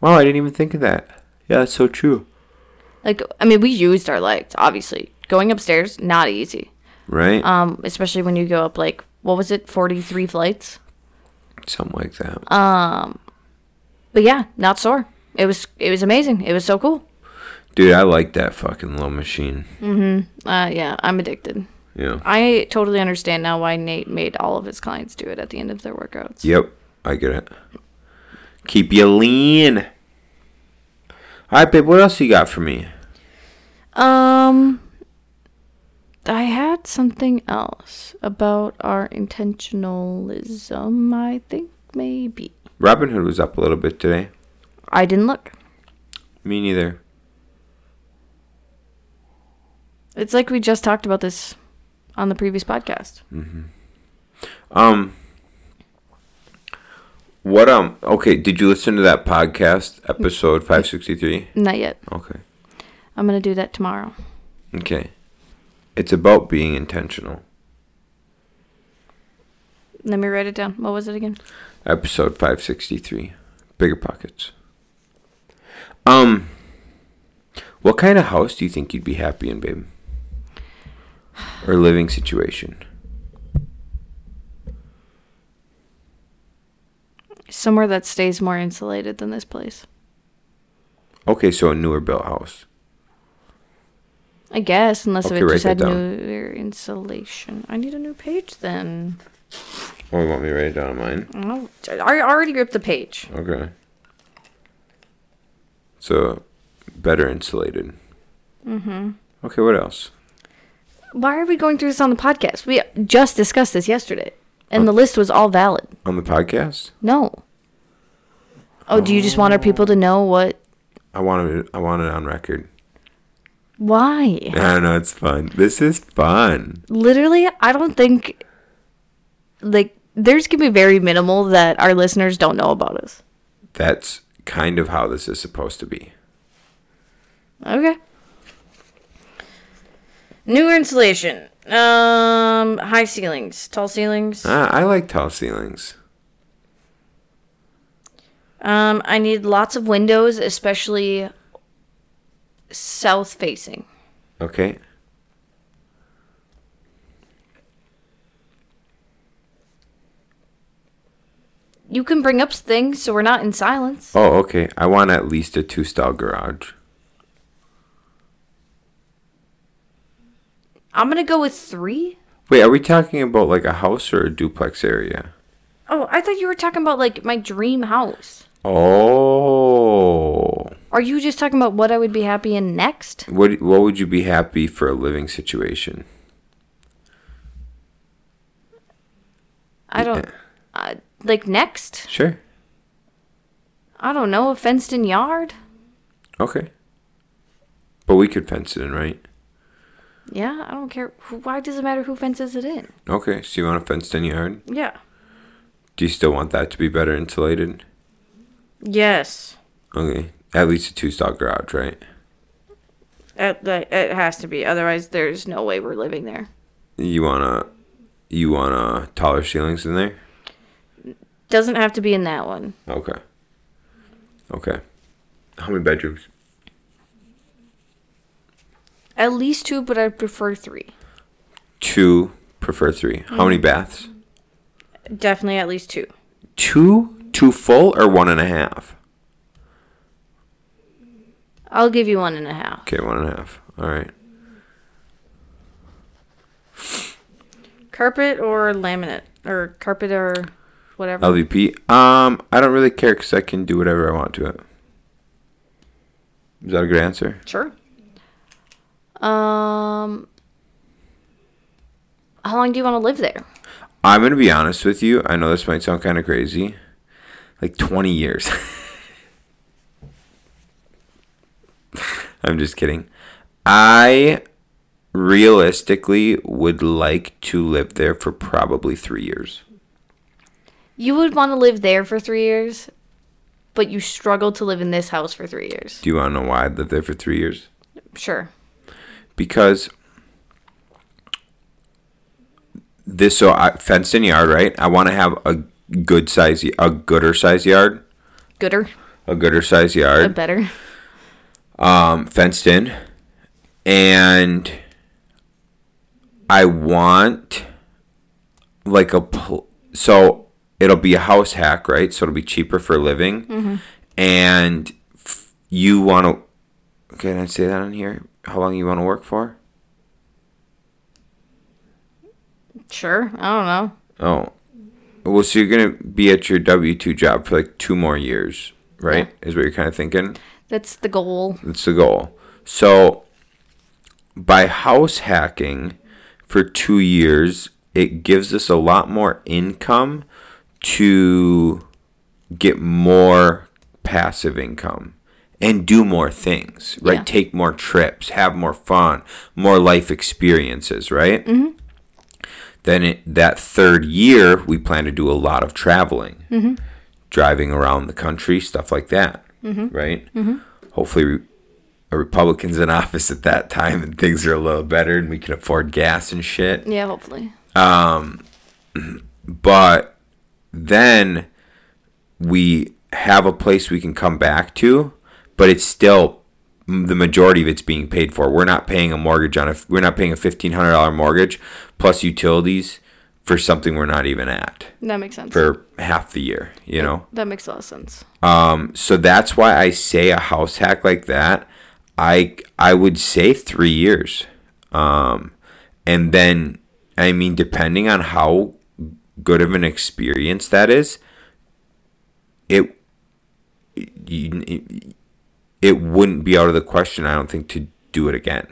S1: Wow, I didn't even think of that. Yeah, that's so true.
S2: Like I mean, we used our legs, obviously. Going upstairs not easy.
S1: Right?
S2: Um especially when you go up like what was it? 43 flights.
S1: Something like that.
S2: But yeah, not sore. It was it was amazing. It was so cool.
S1: dude, I like that fucking little machine.
S2: Uh yeah, I'm addicted.
S1: Yeah.
S2: I totally understand now why Nate made all of his clients do it at the end of their workouts.
S1: Yep, I get it. Keep you lean. All right, babe. What else you got for me?
S2: Um, I had something else about our intentionalism. I think maybe
S1: Robin Hood was up a little bit today.
S2: I didn't look.
S1: Me neither.
S2: It's like we just talked about this on the previous podcast.
S1: Um. What um? Okay, did you listen to that podcast episode five sixty three?
S2: Not yet.
S1: Okay.
S2: I'm gonna do that tomorrow.
S1: Okay. It's about being intentional.
S2: Let me write it down. What was it again?
S1: Episode five sixty three. Bigger pockets. Um. What kind of house do you think you'd be happy in, babe? Or living situation?
S2: Somewhere that stays more insulated than this place.
S1: Okay, so a newer built house.
S2: I guess, unless
S1: Okay,
S2: if it
S1: write
S2: just had
S1: that
S2: new insulation. I need a new page then.
S1: Oh, you want me to write it down on mine?
S2: Oh, I already ripped the page.
S1: Okay. So, better insulated. Mm-hmm. Okay, what else?
S2: Why are we going through this on the podcast? We just discussed this yesterday, and the list was all valid.
S1: On the podcast?
S2: No. Oh, do you just want our people to know what?
S1: I want it, I want it on record.
S2: Why?
S1: I don't know, it's fun. This is fun.
S2: Literally, I don't think. Like, there's gonna be very minimal that our listeners don't know about us.
S1: That's kind of how this is supposed to be.
S2: Okay. Newer insulation. Um, high ceilings, tall ceilings.
S1: Ah, I like tall ceilings.
S2: Um, I need lots of windows, especially south facing.
S1: Okay.
S2: You can bring up things so we're not in silence.
S1: Oh, okay. I want at least a two stall garage.
S2: I'm gonna go with three.
S1: Wait, are we talking about like a house or a duplex area?
S2: Oh, I thought you were talking about like my dream house.
S1: Oh.
S2: Are you just talking about what I would be happy in next?
S1: What what would you be happy for a living situation?
S2: I don't. Uh, like next?
S1: Sure.
S2: I don't know. A fenced in yard?
S1: Okay. But we could fence it in, right?
S2: Yeah, I don't care. Who- Why does it matter who fences it in?
S1: Okay, so you want a fenced in yard?
S2: Yeah.
S1: Do you still want that to be better insulated?
S3: Yes.
S1: Okay. At least a two stall garage, right?
S3: It, like, it has to be. Otherwise, there's
S2: There's no way we're living there.
S1: You wanna you want uh taller ceilings in there?
S2: Doesn't have to be in that one.
S1: Okay. Okay. How many bedrooms?
S2: At least two, but I prefer three.
S1: Two, prefer three. How many baths?
S3: definitely at least two.
S1: Two? Two full or one and a half?
S2: I'll give you one and a half.
S1: Okay, one and a half. All right.
S3: Carpet or laminate or carpet or whatever.
S1: Oh. LVP. Um, I don't really care because I can do whatever I want to it. Is that a good answer?
S3: Sure.
S2: Um, how long do you want to live there?
S1: I'm gonna be honest with you. I know this might sound kind of crazy, like 20 years. I'm just kidding. I realistically would like to live there for probably three years.
S2: You would want to live there for three years, but you struggle to live in this house for three years.
S1: Do you want to know why I lived there for three years?
S2: Sure.
S1: because this so I, fenced in yard, right? I want to have a good size, a gooder size yard,
S2: Gooder,
S1: a gooder size
S2: but
S1: yard,
S2: better.
S1: um, fenced in, and I want like a pl- so it'll be a house hack, right? So it'll be cheaper for living, and f- you want to. Can I say that on here? How long you want to work for?
S2: Sure. I don't know.
S1: Oh. Well, so you're going to be at your W 2 job for like two more years, right? Is what you're kind of thinking.
S2: That's the goal.
S1: That's the goal. So by house hacking for two years, it gives us a lot more income to get more passive income and do more things, right?
S2: Yeah.
S1: Take more trips, have more fun, more life experiences, right? Mm-hmm. Then it, that third year, we plan to do a lot of traveling, driving around the country, stuff like that, right? Hopefully, re- a Republican's in office at that time and things are a little better and we can afford gas and shit
S2: Yeah, hopefully.
S1: but then we have a place we can come back to, but it's still the majority of it's being paid for. We're not paying a mortgage on a we're not paying a fifteen hundred dollar mortgage plus utilities for something we're not even at
S2: That makes sense.
S1: for half the year, you know.
S2: that makes a lot of sense.
S1: Um, so that's why I say a house hack like that. I I would say three years, um, and then I mean, depending on how good of an experience that is, it it, it wouldn't be out of the question. I don't think to do it again,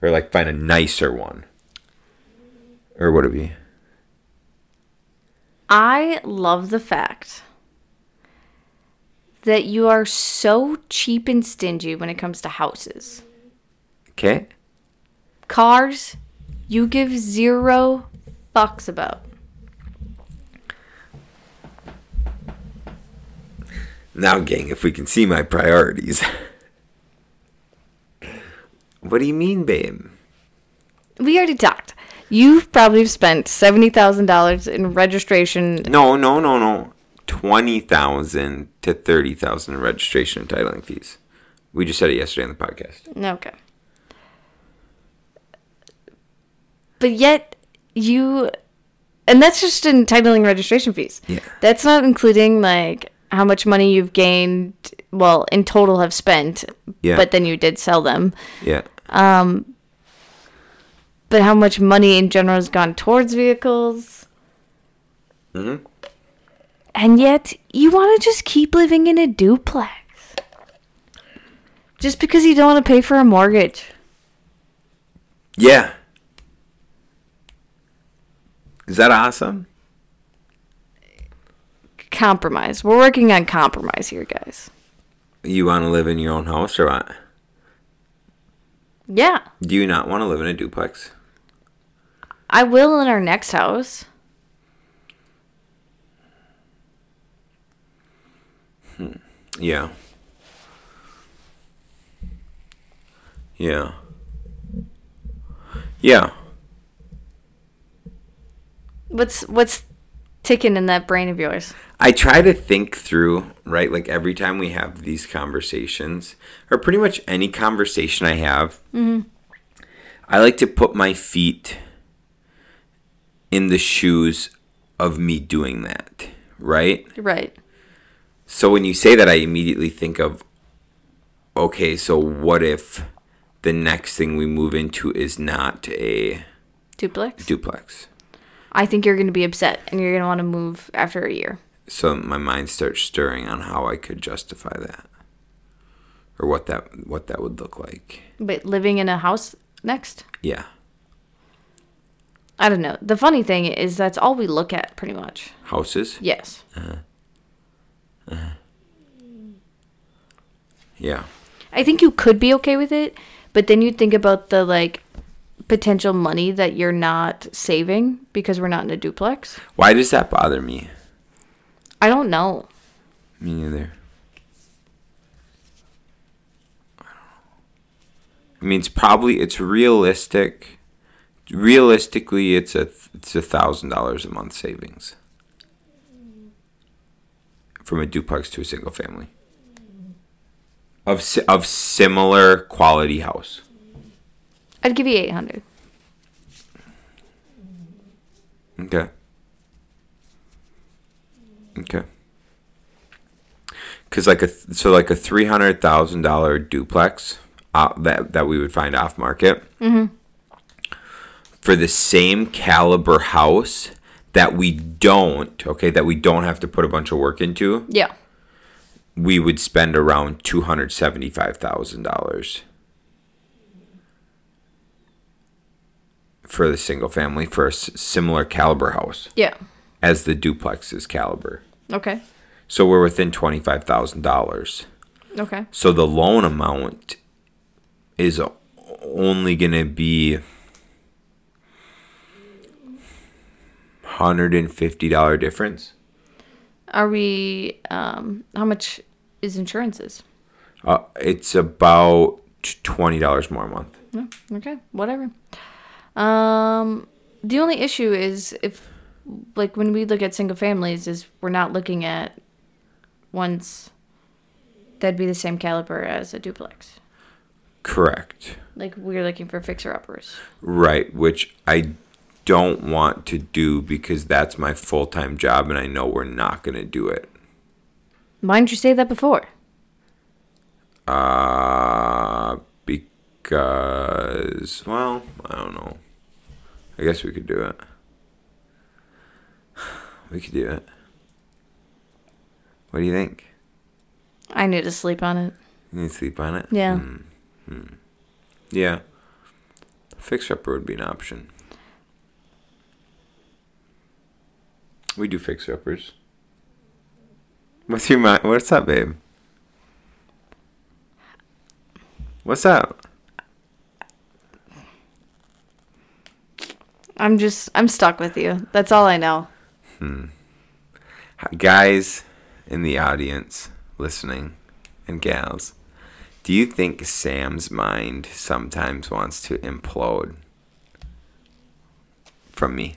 S1: or like find a nicer one, or would it be?
S2: I love the fact that you are so cheap and stingy when it comes to houses.
S1: Okay,
S2: Cars, you give zero fucks about.
S1: now, gang, if we can see my priorities. What do you mean, babe?
S2: We already talked. You've probably spent $70,000 in registration.
S1: No, no, no, no. Twenty thousand to thirty thousand in registration and titling fees. We just said it yesterday on the podcast.
S2: Okay. But yet, you. And that's just in titling registration fees.
S1: Yeah.
S2: That's not including, like, how much money you've gained, well, in total have spent,
S1: Yeah.
S2: but then you did sell them.
S1: Yeah.
S2: but how much money in general has gone towards vehicles.
S1: Mm-hmm.
S2: And yet, you want to just keep living in a duplex. Just because you don't want to pay for a mortgage.
S1: Yeah. Is that awesome?
S2: Compromise. We're working on compromise here, guys.
S1: You want to live in your own house or what?
S2: Yeah.
S1: Do you not want to live in a duplex?
S2: I will in our next house.
S1: Yeah. Yeah. Yeah.
S2: What's what's ticking in that brain of yours?
S1: I try to think through, right? Like every time we have these conversations, or pretty much any conversation I have, I like to put my feet in the shoes of me doing that, right?
S2: Right.
S1: So when you say that, I immediately think of, okay, so what if the next thing we move into is not a
S2: Duplex.
S1: duplex?
S2: I think you're going to be upset and you're going to want to move after a year.
S1: So my mind starts stirring on how I could justify that, or what that what that would look like.
S2: But living in a house next?
S1: Yeah,
S2: I don't know. The funny thing is that's all we look at pretty much.
S1: houses.
S2: Yes.
S1: Yeah,
S2: I think you could be okay with it, but then you think about the like potential money that you're not saving because we're not in a duplex.
S1: why does that bother me?
S2: I don't know.
S1: Me neither. I mean, it's probably it's realistic. Realistically, it's a it's a thousand dollars a month savings from a duplex to a single family of si- of similar quality house.
S2: I'd give you 800.
S1: Okay. Okay. Cause like a th- so like a three hundred thousand dollar duplex uh, that that we would find off market for the same caliber house that we don't okay that we don't have to put a bunch of work into
S2: Yeah.
S1: we would spend around two hundred seventy five thousand dollars for the single family for a s- similar caliber house
S2: Yeah.
S1: as the duplex's caliber.
S2: Okay.
S1: So we're within $25,000.
S2: Okay.
S1: So the loan amount is o- only going to be $150 difference.
S2: Are we um how much is insurances?
S1: Uh, it's about $20 more a month.
S2: No. Okay. Whatever. Um the only issue is if like when we look at single families is we're not looking at ones that'd be the same caliber as a duplex.
S1: Correct.
S2: Like we're looking for fixer uppers.
S1: Right, which I don't want to do because that's my full-time job and I know we're not going to do it.
S2: Why didn't you say that before?
S1: Uh, because well, I don't know. I guess we could do it. We could do it. What do you think?
S2: I need to sleep on it.
S1: You need to sleep on it.
S2: Yeah.
S1: Hmm. Hmm. Yeah. Fix upper would be an option. We do fix uppers. What's your mind? What's up, babe? What's up?
S2: I'm just I'm stuck with you. That's all I know.
S1: guys in the audience listening and gals do you think sam's mind sometimes wants to implode from me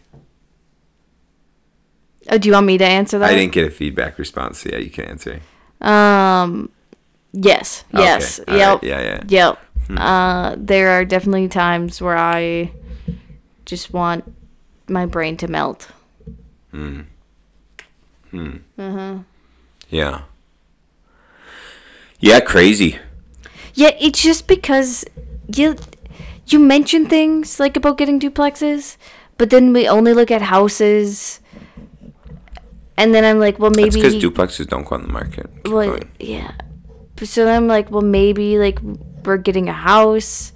S2: Oh, do you want me to answer that?
S1: i didn't get a feedback response so yeah you can answer
S2: Um, yes,
S1: Okay,
S2: yes,
S1: all
S2: yep,
S1: right, yeah, yeah.
S2: yep. Uh, there are definitely times where I just want my brain to melt.
S1: yeah yeah crazy
S2: Yeah, it's just because you you mention things like about getting duplexes, but then we only look at houses. And then I'm like, well,
S1: That's
S2: maybe
S1: because duplexes don't go on the market. Keep
S2: well,
S1: going.
S2: yeah. But So then I'm like, well, maybe like we're getting a house,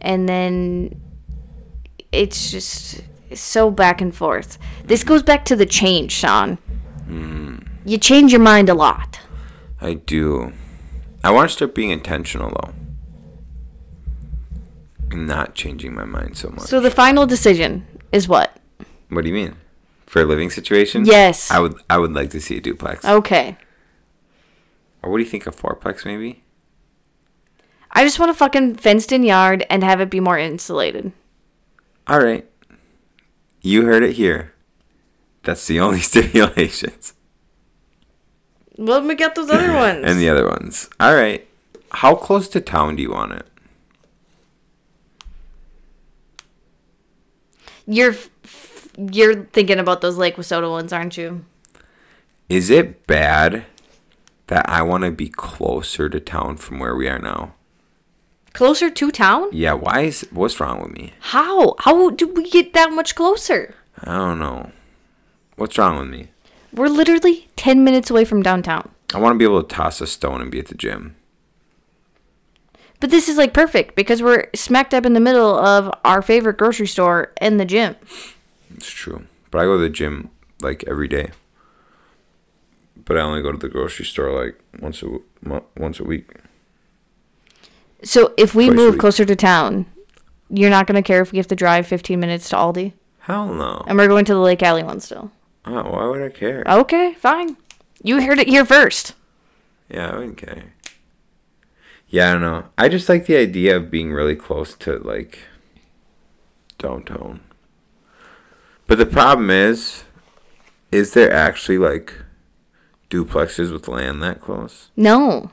S2: and then it's just so back and forth. This goes back to the change, Sean.
S1: Hmm.
S2: You change your mind a lot.
S1: I do. I want to start being intentional though, and not changing my mind so much.
S2: So the final decision is what?
S1: what do you mean? For a living situation?
S2: Yes.
S1: Mm.
S2: Oh.
S1: I would. I would like to see a duplex.
S2: Okay.
S1: Or what do you think? A fourplex maybe?
S2: I just want a fucking fenced in yard and have it be more insulated.
S1: All right. You heard it here. That's the only stipulations.
S3: Well, we got those other ones.
S1: And the other ones. All right. How close to town do you want it?
S2: You're f- f- you're thinking about those Lake Wasota ones, aren't you?
S1: Is it bad that I want to be closer to town from where we are now?
S2: Closer to town?
S1: Yeah, why is what's wrong with me?
S2: How? How do we get that much closer?
S1: I don't know. What's wrong with me?
S2: We're literally 10 minutes away from downtown.
S1: I want to be able to toss a stone and be at the gym.
S2: But this is like perfect because we're smack dab in the middle of our favorite grocery store and the gym.
S1: It's true. But I go to the gym like every day. But I only go to the grocery store like once a w- mo- once a week.
S2: So if we
S1: Twice a
S2: move
S1: week.
S2: closer to town, you're not going to care if we have to drive 15 minutes to Aldi?
S1: Hell no.
S2: And we're going to the Lake Alley one still.
S1: Oh, why would I care?
S2: Okay, fine. You heard it here first.
S1: Yeah, I wouldn't care. Yeah, I don't know. I just like the idea of being really close to like downtown. But the problem is, is there actually like duplexes with land that close?
S2: No.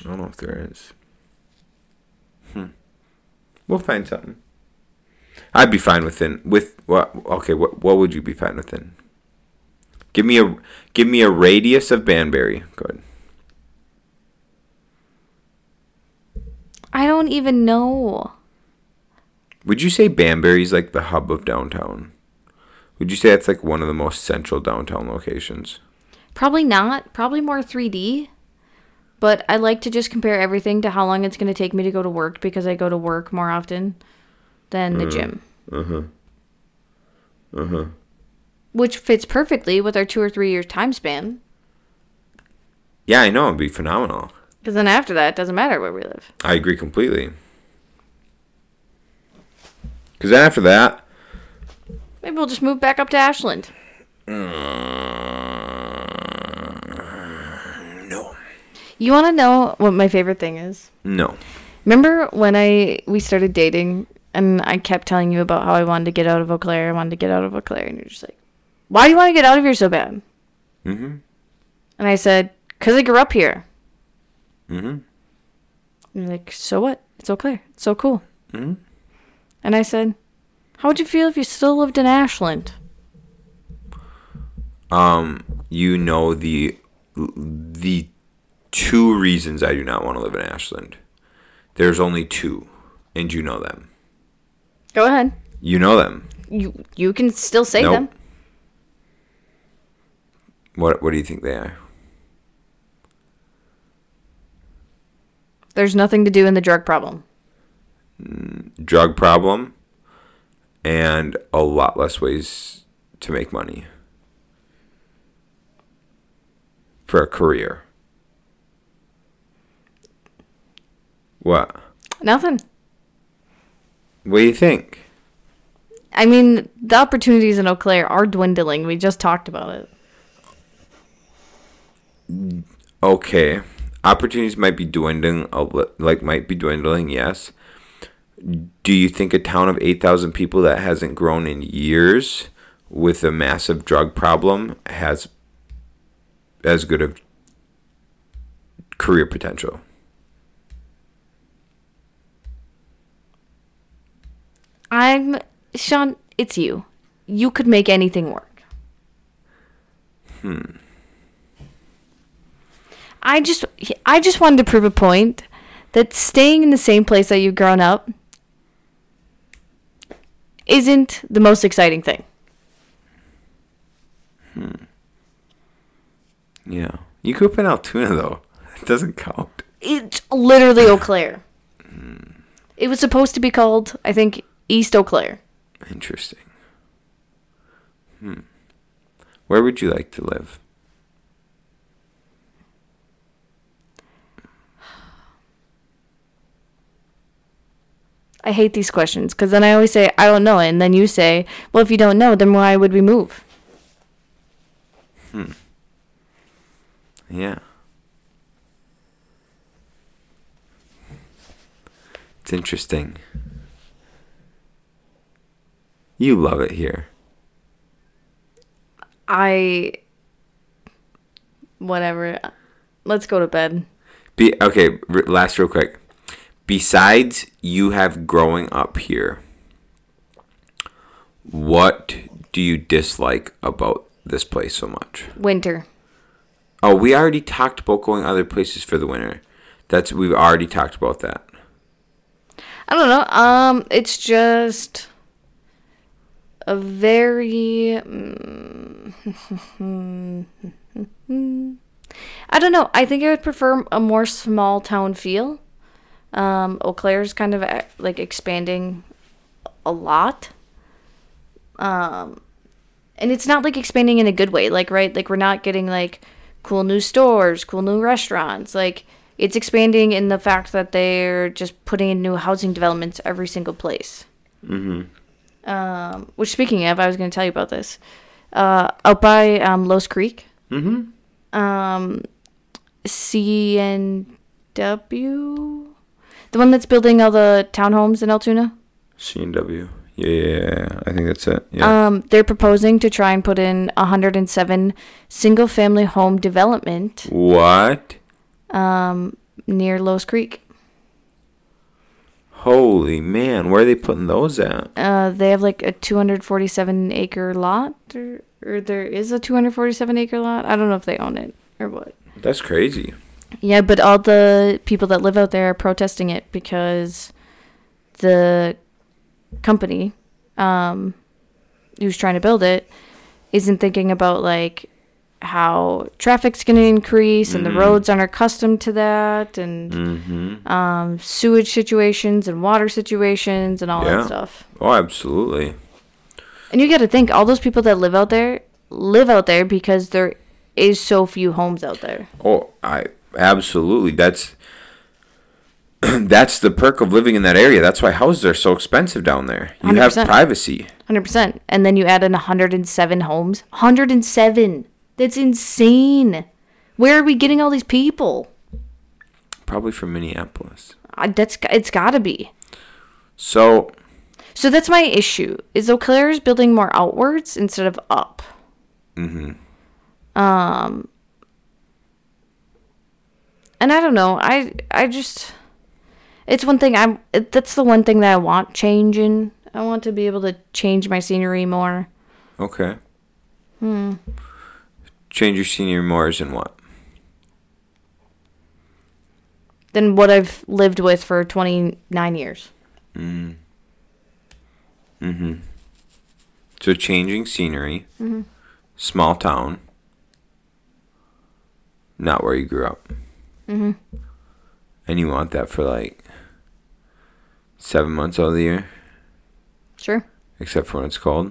S1: I don't know if there is. Hmm. We'll find something. I'd be fine within with what? Okay, what what would you be fine within? Give me a give me a radius of Banbury. Good.
S2: I don't even know.
S1: Would you say Banbury's like the hub of downtown? Would you say that's like one of the most central downtown locations?
S2: Probably not. Probably more 3D. But I like to just compare everything to how long it's going to take me to go to work because I go to work more often than the gym. Uh huh. Uh huh. Which fits perfectly with our two or three years time span.
S1: Yeah, I know it'd be phenomenal.
S2: Because then after that, it doesn't matter where we live.
S1: I agree completely. Because then after that,
S2: Maybe we'll just move back up to Ashland.
S1: no,
S2: You want to know what my favorite thing is?
S1: no,
S2: Remember when I we started dating and I kept telling you about how I wanted to get out of Eau Claire, I wanted to get out of Eau Claire, and you're just like, "Why do you want to get out of here so bad?" Mm-hmm. And I said, "Cause I grew up here." Mm-hmm. And you're like, "So what? It's Eau Claire. It's so cool." Mm-hmm. And I said, "How would you feel if you still lived in Ashland?"
S1: Um, you know the the two reasons I do not want to live in Ashland. There's only two, and you know them.
S2: Go ahead.
S1: You know them.
S2: You you can still say
S1: Nope.
S2: them.
S1: What What do you think they are?
S2: There's nothing to do in the drug problem.
S1: drug problem and a lot less ways to make money for a career. What?
S2: Nothing.
S1: What do you think?
S2: I mean, the opportunities in Eau Claire are dwindling. We just talked about it.
S1: Okay, opportunities might be dwindling. A li- like might be dwindling. Yes. Do you think a town of eight thousand people that hasn't grown in years, with a massive drug problem, has as good of career potential?
S2: I'm Sean. It's you. You could make anything work. Hmm. I just, I just wanted to prove a point that staying in the same place that you've grown up isn't the most exciting thing.
S1: Yeah. You grew up in Altoona though. It doesn't count.
S2: It's literally Eau Claire. It was supposed to be called, I think, East Eau Claire.
S1: Interesting. Hmm. Where would you like to live?
S2: I hate these questions because then I always say, I don't know. And then you say, well, if you don't know, then why would we move?
S1: Yeah. It's interesting. You love it here.
S2: I. Whatever. Let's go to bed.
S1: Be okay. R- last, real quick. Besides, you have growing up here. What do you dislike about this place so much?
S2: Winter.
S1: Oh, we already talked about going other places for the winter. That's we've already talked about that.
S2: I don't know. Um, it's just a very. mm, I don't know. I think I would prefer a more small town feel. Um, Eau Claire's kind of eh, like expanding a lot. Um, and it's not like expanding in a good way, like, right? Like, we're not getting like cool new stores, cool new restaurants. Like, it's expanding in the fact that they're just putting in new housing developments every single place. Mm-hmm. Um, which, speaking of, I was going to tell you about this. Uh, out by um, Los Creek. Um, Mm-hmm. Um, CNW? The one that's building all the townhomes in Altoona?
S1: C and W. Yeah, I think that's it. Yeah.
S2: Um, they're proposing to try and put in 107 single family home development um,
S1: what?
S2: near Los Creek.
S1: Holy man, where are they putting those at?
S2: Uh, they have like a 247 acre lot, or, or there is a 247 acre lot. I don't know if they own it or what.
S1: That's crazy.
S2: Yeah, but all the people that live out there are protesting it because the company um, who's trying to build it isn't thinking about like how traffic's going to increase and the roads aren't accustomed to that and um, sewage situations and water situations and all
S1: Yeah.
S2: that stuff.
S1: Oh, absolutely.
S2: And you got to think all those people that live out there live out there because there is so few homes out there.
S1: Oh, I absolutely. That's that's the perk of living in that area. That's why houses are so expensive down there. You have
S2: 100%.
S1: privacy.
S2: Hundred percent. And then you add in hundred and seven homes. Hundred and seven. That's insane. Where are we getting all these people?
S1: Probably from Minneapolis.
S2: I- That's it's got to be.
S1: So
S2: So that's my issue. Is Eau Claire's building more outwards instead of up? Mm-hmm. Um. And I don't know. I I just it's one thing I'm. It, that's the one thing that I want changing. I want to be able to change my scenery more.
S1: okay. Hmm. Change your senior mores and what?
S2: than what I've lived with for 29 years.
S1: So changing scenery, small town, not where you grew up. Mm-hmm. And you want that for like seven months out of the year,
S2: Sure.
S1: except for when it's cold.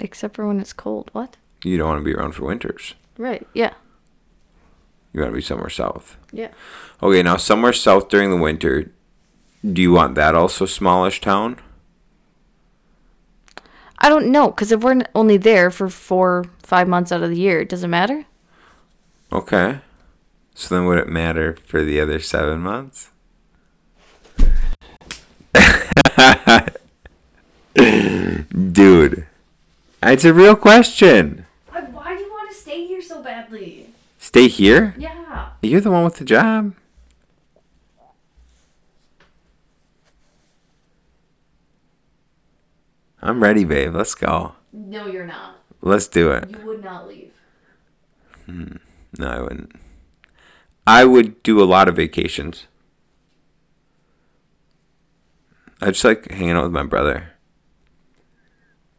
S2: Except for when it's cold. What?
S1: You don't want to be around for winters.
S2: Right. Yeah.
S1: You want to be somewhere south.
S2: Yeah.
S1: Okay, now somewhere south during the winter, do you want that also smallish town?
S2: I don't know because if we're n- only there for four, five months out of the year, it doesn't matter.
S1: Okay. So then would it matter for the other seven months? Dude. It's a real question.
S4: Why do you want to stay here so badly?
S1: Stay here?
S4: Yeah.
S1: You're the one with the job. I'm ready, babe. Let's go.
S4: No, you're not.
S1: Let's do it.
S4: You would not leave.
S1: No, I wouldn't. I would do a lot of vacations. I just like hanging out with my brother.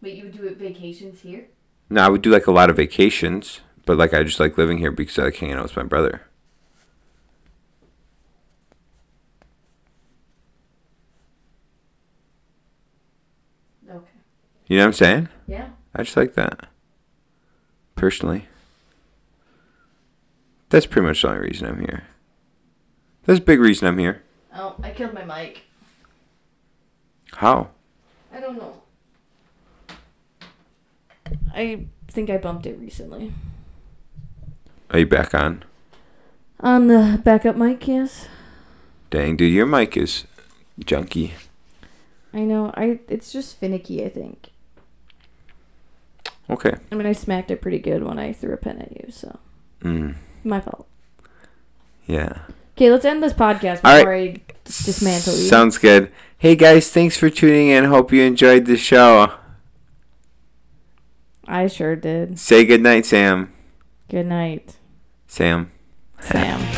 S2: But you do it vacations here?
S1: No, I would do like a lot of vacations, but like I just like living here because I like hanging out with my brother.
S2: Okay.
S1: You know what I'm saying?
S2: Yeah.
S1: I just like that. Personally. That's pretty much the only reason I'm here. That's a big reason I'm here.
S2: Oh, I killed my mic.
S1: How?
S2: I don't know. I think I bumped it recently.
S1: Are you back on?
S2: On the backup mic, yes.
S1: Dang, dude, your mic is junky.
S2: I know. I it's just finicky, I think.
S1: Okay.
S2: I mean I smacked it pretty good when I threw a pen at you, so
S1: Mm,
S2: my fault.
S1: yeah.
S2: Okay, let's end this podcast
S1: All
S2: before I dismantle you.
S1: Sounds good. Hey guys, thanks for tuning in. Hope you enjoyed the show.
S2: I sure did.
S1: Say goodnight, Sam.
S2: Good night,
S1: Sam.
S2: Sam.